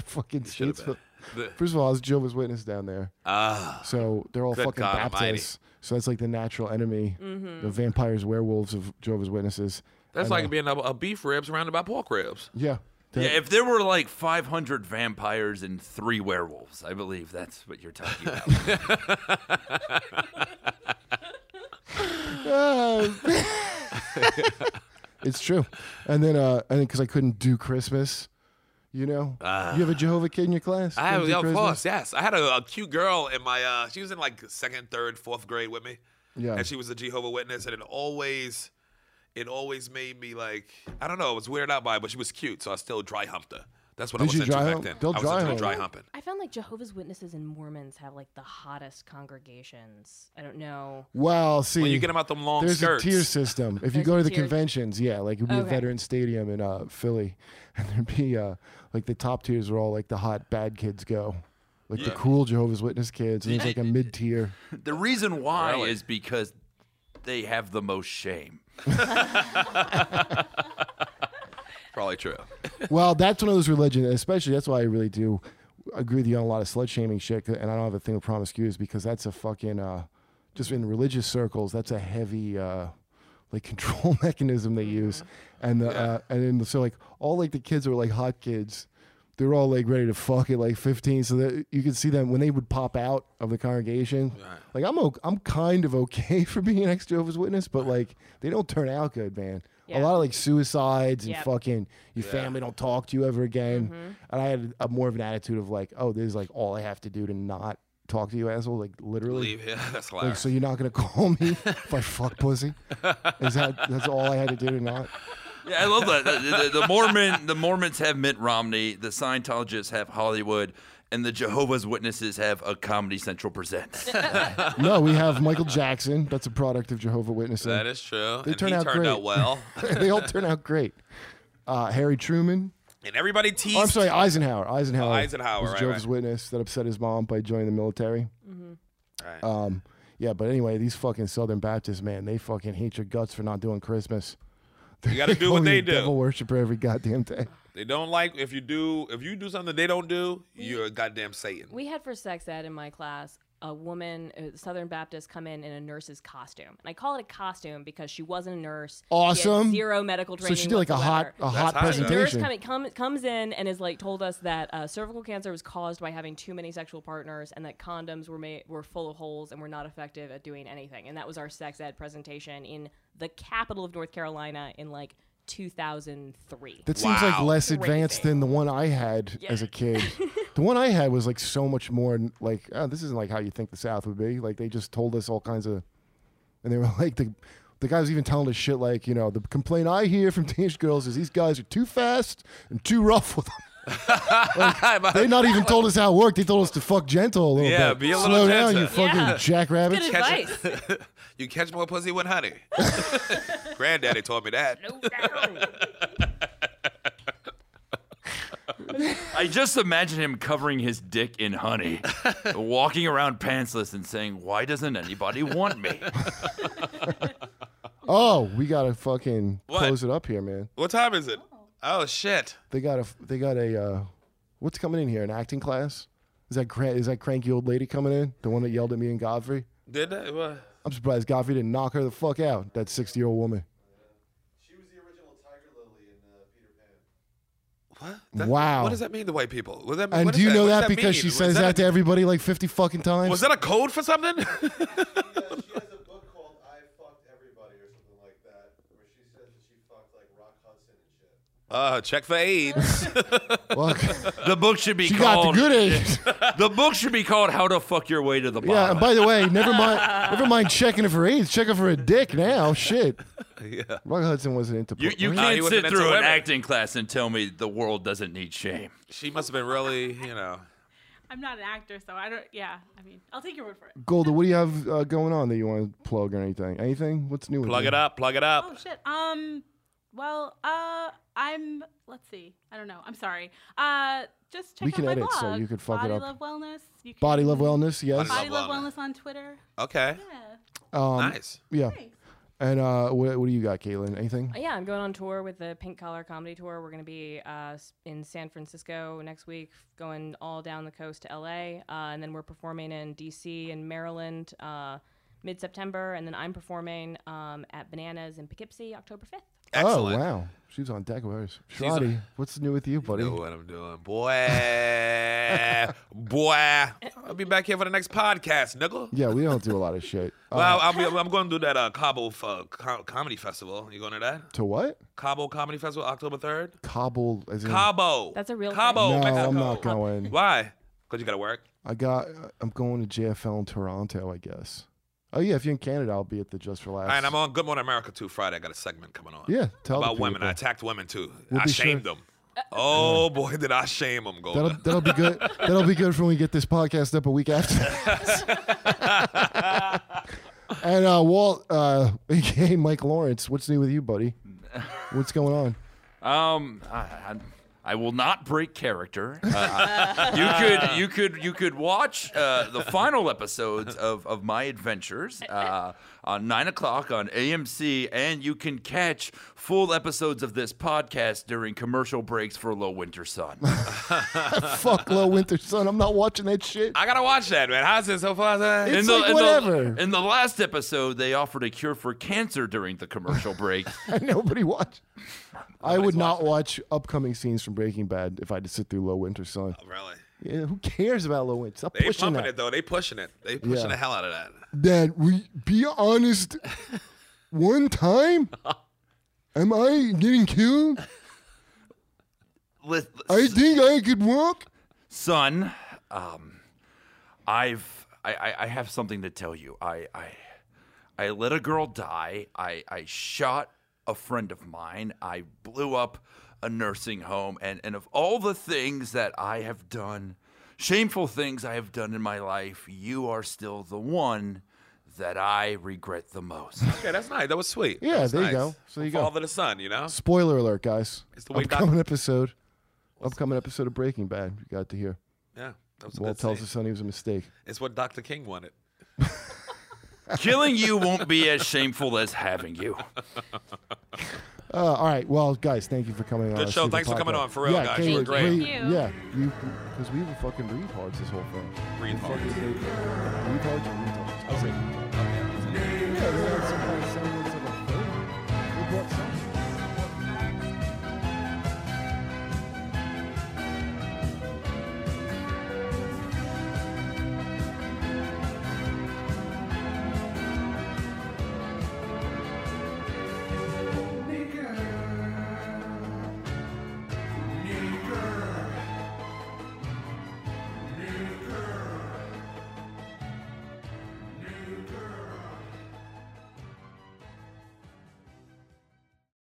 Speaker 3: fucking
Speaker 4: Should've been.
Speaker 3: Statesville.
Speaker 4: The-
Speaker 3: First of all, I was Jehovah's Witness down there.
Speaker 4: Ah.
Speaker 3: So they're all
Speaker 4: Good
Speaker 3: fucking
Speaker 4: God
Speaker 3: Baptists.
Speaker 4: Almighty.
Speaker 3: So that's like the natural enemy, the vampires, werewolves of Jehovah's Witnesses.
Speaker 4: that's
Speaker 3: And,
Speaker 4: like
Speaker 3: uh,
Speaker 4: being a, a beef rib surrounded by pork ribs.
Speaker 3: yeah.
Speaker 6: yeah,
Speaker 3: That-
Speaker 6: if there were like 500 vampires and three werewolves, I believe that's what you're talking about.
Speaker 3: Ah. it's true. And then, uh, and because I couldn't do Christmas, you know, you have a Jehovah kid in your class.
Speaker 4: Ah. I
Speaker 3: Couldn't
Speaker 4: have,
Speaker 3: do
Speaker 4: of
Speaker 3: Christmas?
Speaker 4: course, yes. I had a, a cute girl in my. Uh, she was in like second, third, fourth grade with me,
Speaker 3: Yeah.
Speaker 4: and she was a Jehovah Witness, and it always, it always made me like, I don't know, it was weirded out by, it, but she was cute, so I still dry humped her. That's what
Speaker 3: Did
Speaker 4: I was
Speaker 3: you
Speaker 4: into
Speaker 3: dry
Speaker 4: back
Speaker 3: hump?
Speaker 4: then.
Speaker 3: They'll
Speaker 4: I was
Speaker 3: dry
Speaker 4: into
Speaker 3: hump.
Speaker 4: dry humping.
Speaker 5: I found like Jehovah's Witnesses and Mormons have like the hottest congregations. I don't know.
Speaker 3: Well, see,
Speaker 4: When you get them out them long
Speaker 3: there's
Speaker 4: skirts.
Speaker 3: a tier system. If you
Speaker 5: There's
Speaker 3: go
Speaker 5: a
Speaker 3: to the
Speaker 5: tier-
Speaker 3: conventions, yeah, like it'd be a
Speaker 5: Okay.
Speaker 3: veteran stadium in uh, Philly, and there'd be uh, like the top tiers were all like the hot bad kids go, like the cool Jehovah's Witness kids, and there's like a mid tier.
Speaker 6: The reason why
Speaker 4: Really?
Speaker 6: is because they have the most shame.
Speaker 4: Probably true.
Speaker 3: well, that's one of those religions, especially that's why I really do agree with you on a lot of slut shaming shit, and I don't have a thing with promiscuous because that's a fucking uh, just in religious circles, that's a heavy uh, like control mechanism they use, and the uh, and then so like all like the kids were like hot kids. They're all like ready to fuck at like 15, so that you could see them when they would pop out of the congregation. Like I'm, o- I'm kind of okay for being an ex Jehovah's Witness, but like they don't turn out good, man. A
Speaker 5: Yeah.
Speaker 3: lot of like suicides and
Speaker 5: Yep. Mm-hmm.
Speaker 3: fucking your family don't talk to you ever again. And I had a, more of an attitude of like, oh, this is like all I have to do to not talk to you, asshole. Like literally.
Speaker 4: Leave here. That's
Speaker 3: Like,
Speaker 4: hilarious.
Speaker 3: so you're not gonna call me if I fuck pussy? Is that that's all I had to do to not?
Speaker 6: Yeah, I love that. The, the, the Mormon, the Mormons have Mitt Romney. The Scientologists have Hollywood, and the Jehovah's Witnesses have a Comedy Central presents.
Speaker 3: No, we have Michael Jackson. That's a product of Jehovah Witnesses.
Speaker 4: That is true. and
Speaker 3: turn
Speaker 4: he
Speaker 3: out
Speaker 4: turned
Speaker 3: great.
Speaker 4: out well.
Speaker 3: they all turn out great. Uh, Harry Truman.
Speaker 4: and everybody teased.
Speaker 3: Oh, I'm sorry, Eisenhower. Eisenhower.
Speaker 4: Oh, Eisenhower,
Speaker 3: was
Speaker 4: right,
Speaker 3: Jehovah's
Speaker 4: right.
Speaker 3: Witness that upset his mom by joining the military.
Speaker 4: Mm-hmm. Right.
Speaker 3: Um, yeah, but anyway, these fucking Southern Baptists, man, they fucking hate your guts for not doing Christmas.
Speaker 4: You got to do what
Speaker 3: Only
Speaker 4: they
Speaker 3: a
Speaker 4: do.
Speaker 3: Devil worshiper every goddamn day.
Speaker 4: They don't like if you do if you do something they don't do. You're a goddamn Satan.
Speaker 5: We had for sex ed in my class a woman, a Southern Baptist, come in in a nurse's costume, and I call it a costume because she wasn't a nurse. She had
Speaker 3: Awesome.
Speaker 5: zero medical
Speaker 3: So
Speaker 5: training.
Speaker 3: she did like a hot,
Speaker 5: whatsoever.
Speaker 3: a hot
Speaker 4: hot.
Speaker 5: nurse
Speaker 3: presentation.
Speaker 5: coming come, comes in and is like told us that uh, cervical cancer was caused by having too many sexual partners and that condoms were made were full of holes and were not effective at doing anything and that was our sex ed presentation in the capital of North Carolina in like 2003
Speaker 3: That seems like
Speaker 4: Wow.
Speaker 3: less advanced
Speaker 5: Crazy.
Speaker 3: than the one I had as a kid. the one I had was like so much more n- like oh, this isn't like how you think the South would be. Like they just told us all kinds of, and they were like the. The guy was even telling us shit like, you know, the complaint I hear from teenage girls is these guys are too fast and too rough with them. Like, they not even told us how it worked. They told us to fuck gentle a little
Speaker 4: Yeah,
Speaker 3: bit.
Speaker 4: be a
Speaker 3: Slow
Speaker 4: little
Speaker 3: down, you
Speaker 4: gentle.
Speaker 3: fucking
Speaker 5: Yeah.
Speaker 3: jackrabbit.
Speaker 5: Good
Speaker 4: Catch
Speaker 5: advice.
Speaker 4: you catch more pussy with honey. Granddaddy told me that.
Speaker 5: No doubt.
Speaker 6: I just imagine him covering his dick in honey, walking around pantsless and saying, "Why doesn't anybody want me?"
Speaker 3: Oh, we gotta fucking
Speaker 4: What?
Speaker 3: close it up here, man.
Speaker 4: What time is it? Oh shit.
Speaker 3: They got a they got a uh, what's coming in here? An acting class? Is that cra- is that cranky old lady coming in? The one that yelled at me and Godfrey?
Speaker 4: Did that? What?
Speaker 3: I'm surprised Godfrey didn't knock her the fuck out. That 60 year old woman.
Speaker 8: uh,
Speaker 4: What? That-
Speaker 3: Wow.
Speaker 4: What does that mean to white people? What does that mean?
Speaker 3: And
Speaker 4: what
Speaker 3: do
Speaker 4: does
Speaker 3: you know
Speaker 4: what does
Speaker 3: that, because
Speaker 4: mean?
Speaker 3: she
Speaker 4: Was
Speaker 3: says that,
Speaker 4: a-
Speaker 3: to everybody like 50 fucking times?
Speaker 4: Was that a code for something?
Speaker 8: she has a book called I Fucked Everybody or something like that, where she says that she fucked like Rock Hudson and shit.
Speaker 4: uh, check for AIDS.
Speaker 3: Well,
Speaker 6: The book should be
Speaker 3: she got the
Speaker 6: called
Speaker 3: good age.
Speaker 6: The book should be called "How to Fuck Your Way to the Bottom."
Speaker 3: yeah, and by the way, never mind never mind checking it for AIDS, checking for a dick now. Shit.
Speaker 4: yeah.
Speaker 3: Rock Hudson wasn't into
Speaker 6: you, you
Speaker 3: porn.
Speaker 4: he
Speaker 6: can't
Speaker 4: wasn't
Speaker 6: sit
Speaker 4: into
Speaker 6: through an
Speaker 4: women.
Speaker 6: acting class and tell me the world doesn't need shame.
Speaker 4: She must have been really, you know.
Speaker 7: I'm not an actor, so I don't. Yeah, I mean, I'll take your word for it.
Speaker 3: Golda, what do you have uh, going on that you want to plug or anything? Anything? What's new? with
Speaker 4: Plug
Speaker 3: you?
Speaker 4: it up. Plug it
Speaker 7: Oh
Speaker 4: up.
Speaker 7: shit. Um. Well. Uh. I'm. Let's see. I don't know. I'm sorry. Uh. Just check
Speaker 3: We
Speaker 7: out
Speaker 3: can
Speaker 7: my
Speaker 3: edit so
Speaker 7: blog,
Speaker 3: you could fuck it
Speaker 7: Body
Speaker 3: up.
Speaker 7: Love Wellness. You can,
Speaker 3: Body Love Wellness, yes.
Speaker 4: Body
Speaker 7: Body Love,
Speaker 4: Love
Speaker 7: Wellness on Twitter.
Speaker 4: Okay.
Speaker 7: Yeah.
Speaker 3: Um,
Speaker 4: Nice.
Speaker 3: Yeah.
Speaker 7: Thanks.
Speaker 3: And uh, what, what do you got, Caitlin? Anything?
Speaker 5: Uh, Yeah, I'm going on tour with the Pink Collar Comedy Tour. We're going to be uh, s- in San Francisco next week, going all down the coast to LA. Uh, and then we're performing in DC and Maryland uh, mid September. And then I'm performing um, at Bananas in Poughkeepsie October 5th.
Speaker 4: Excellent.
Speaker 3: Oh, wow. She's on deck with hers.
Speaker 4: She's on-
Speaker 3: Shoddy, what's new with you, buddy?
Speaker 4: Know what I'm doing, boy, boy. I'll be back here for the next podcast, nigga.
Speaker 3: Yeah, we don't do a lot of shit. Uh,
Speaker 4: Well, I'll be, I'm going to do that uh, Cabo f- uh, co- Comedy Festival. You going to that?
Speaker 3: to what?
Speaker 4: Cabo Comedy Festival, October 3rd?
Speaker 3: Cobble. As in,
Speaker 4: Cabo.
Speaker 5: That's a real thing.
Speaker 4: Cabo,
Speaker 3: Mm. no,
Speaker 4: Mexico.
Speaker 3: I'm not going.
Speaker 4: Why? Because you got to work.
Speaker 3: I got. I'm going to JFL in Toronto, I guess. Oh yeah, if you're in Canada, I'll be at the Just for Laughs.
Speaker 4: And I'm on Good Morning America too Friday. I got a segment coming on.
Speaker 3: Yeah, tell the
Speaker 4: about women.
Speaker 3: people.
Speaker 4: I attacked women too.
Speaker 3: We'll
Speaker 4: I
Speaker 3: be sure-
Speaker 4: shamed them. Oh boy, did I shame them, Golda.
Speaker 3: That'll that'll be good. That'll be good for when we get this podcast up a week after. and uh, Walt, uh, aka Mike Lawrence, what's new with you, buddy? What's going on?
Speaker 6: Um, I, I, I will not break character. Uh, you could, you could, you could watch uh, the final episodes of, of my adventures uh, on nine o'clock on AMC, and you can catch full episodes of this podcast during commercial breaks for Low Winter Sun.
Speaker 3: Fuck Low Winter Sun. I'm not watching that shit.
Speaker 4: I gotta watch that, man. How's it so far?
Speaker 3: It's
Speaker 6: in
Speaker 3: like
Speaker 6: in
Speaker 3: whatever.
Speaker 6: in the last episode, they offered a cure for cancer during the commercial break.
Speaker 3: Nobody watch. I would not watch upcoming scenes from Breaking Bad if I had to sit through Low Winter Sun.
Speaker 4: really?
Speaker 3: Yeah, who cares about Low Winter? Stop
Speaker 4: Oh. They
Speaker 3: pushing
Speaker 4: pumping
Speaker 3: that.
Speaker 4: it though. They pushing it. They pushing
Speaker 3: Yeah.
Speaker 4: the hell out of that.
Speaker 3: Dad, will you be honest. One time, am I getting killed?
Speaker 6: Lis-
Speaker 3: I think I could walk.
Speaker 6: son, um, I've I, I, I have something to tell you. I I, I let a girl die. I, I shot a friend of mine. I blew up a nursing home, and and of all the things that I have done, shameful things I have done in my life, you are still the one that I regret the most.
Speaker 4: Okay, that's nice. That was sweet. That
Speaker 3: Yeah,
Speaker 4: was
Speaker 3: there you
Speaker 4: nice.
Speaker 3: go. So you go.
Speaker 4: Father to son, you know.
Speaker 3: Spoiler alert, guys.
Speaker 4: It's the way doc-
Speaker 3: upcoming episode. Upcoming episode of Breaking Bad. You got to hear.
Speaker 4: Yeah, that was a
Speaker 3: Walt
Speaker 4: good
Speaker 3: tells
Speaker 4: scene.
Speaker 3: his son he was a mistake.
Speaker 4: It's what Dr. King wanted.
Speaker 6: Killing you won't be as shameful as having you.
Speaker 3: Uh, all right. Well, guys, thank you for coming on.
Speaker 4: Good
Speaker 3: our
Speaker 4: show.
Speaker 3: super
Speaker 4: Thanks for coming
Speaker 3: podcast.
Speaker 4: on, for real,
Speaker 3: yeah,
Speaker 4: guys.
Speaker 3: Kate,
Speaker 4: You were great.
Speaker 3: we-
Speaker 7: Thank you.
Speaker 3: Yeah, because we were fucking retards this whole thing.
Speaker 4: Breathe hard.
Speaker 3: Retards and retards.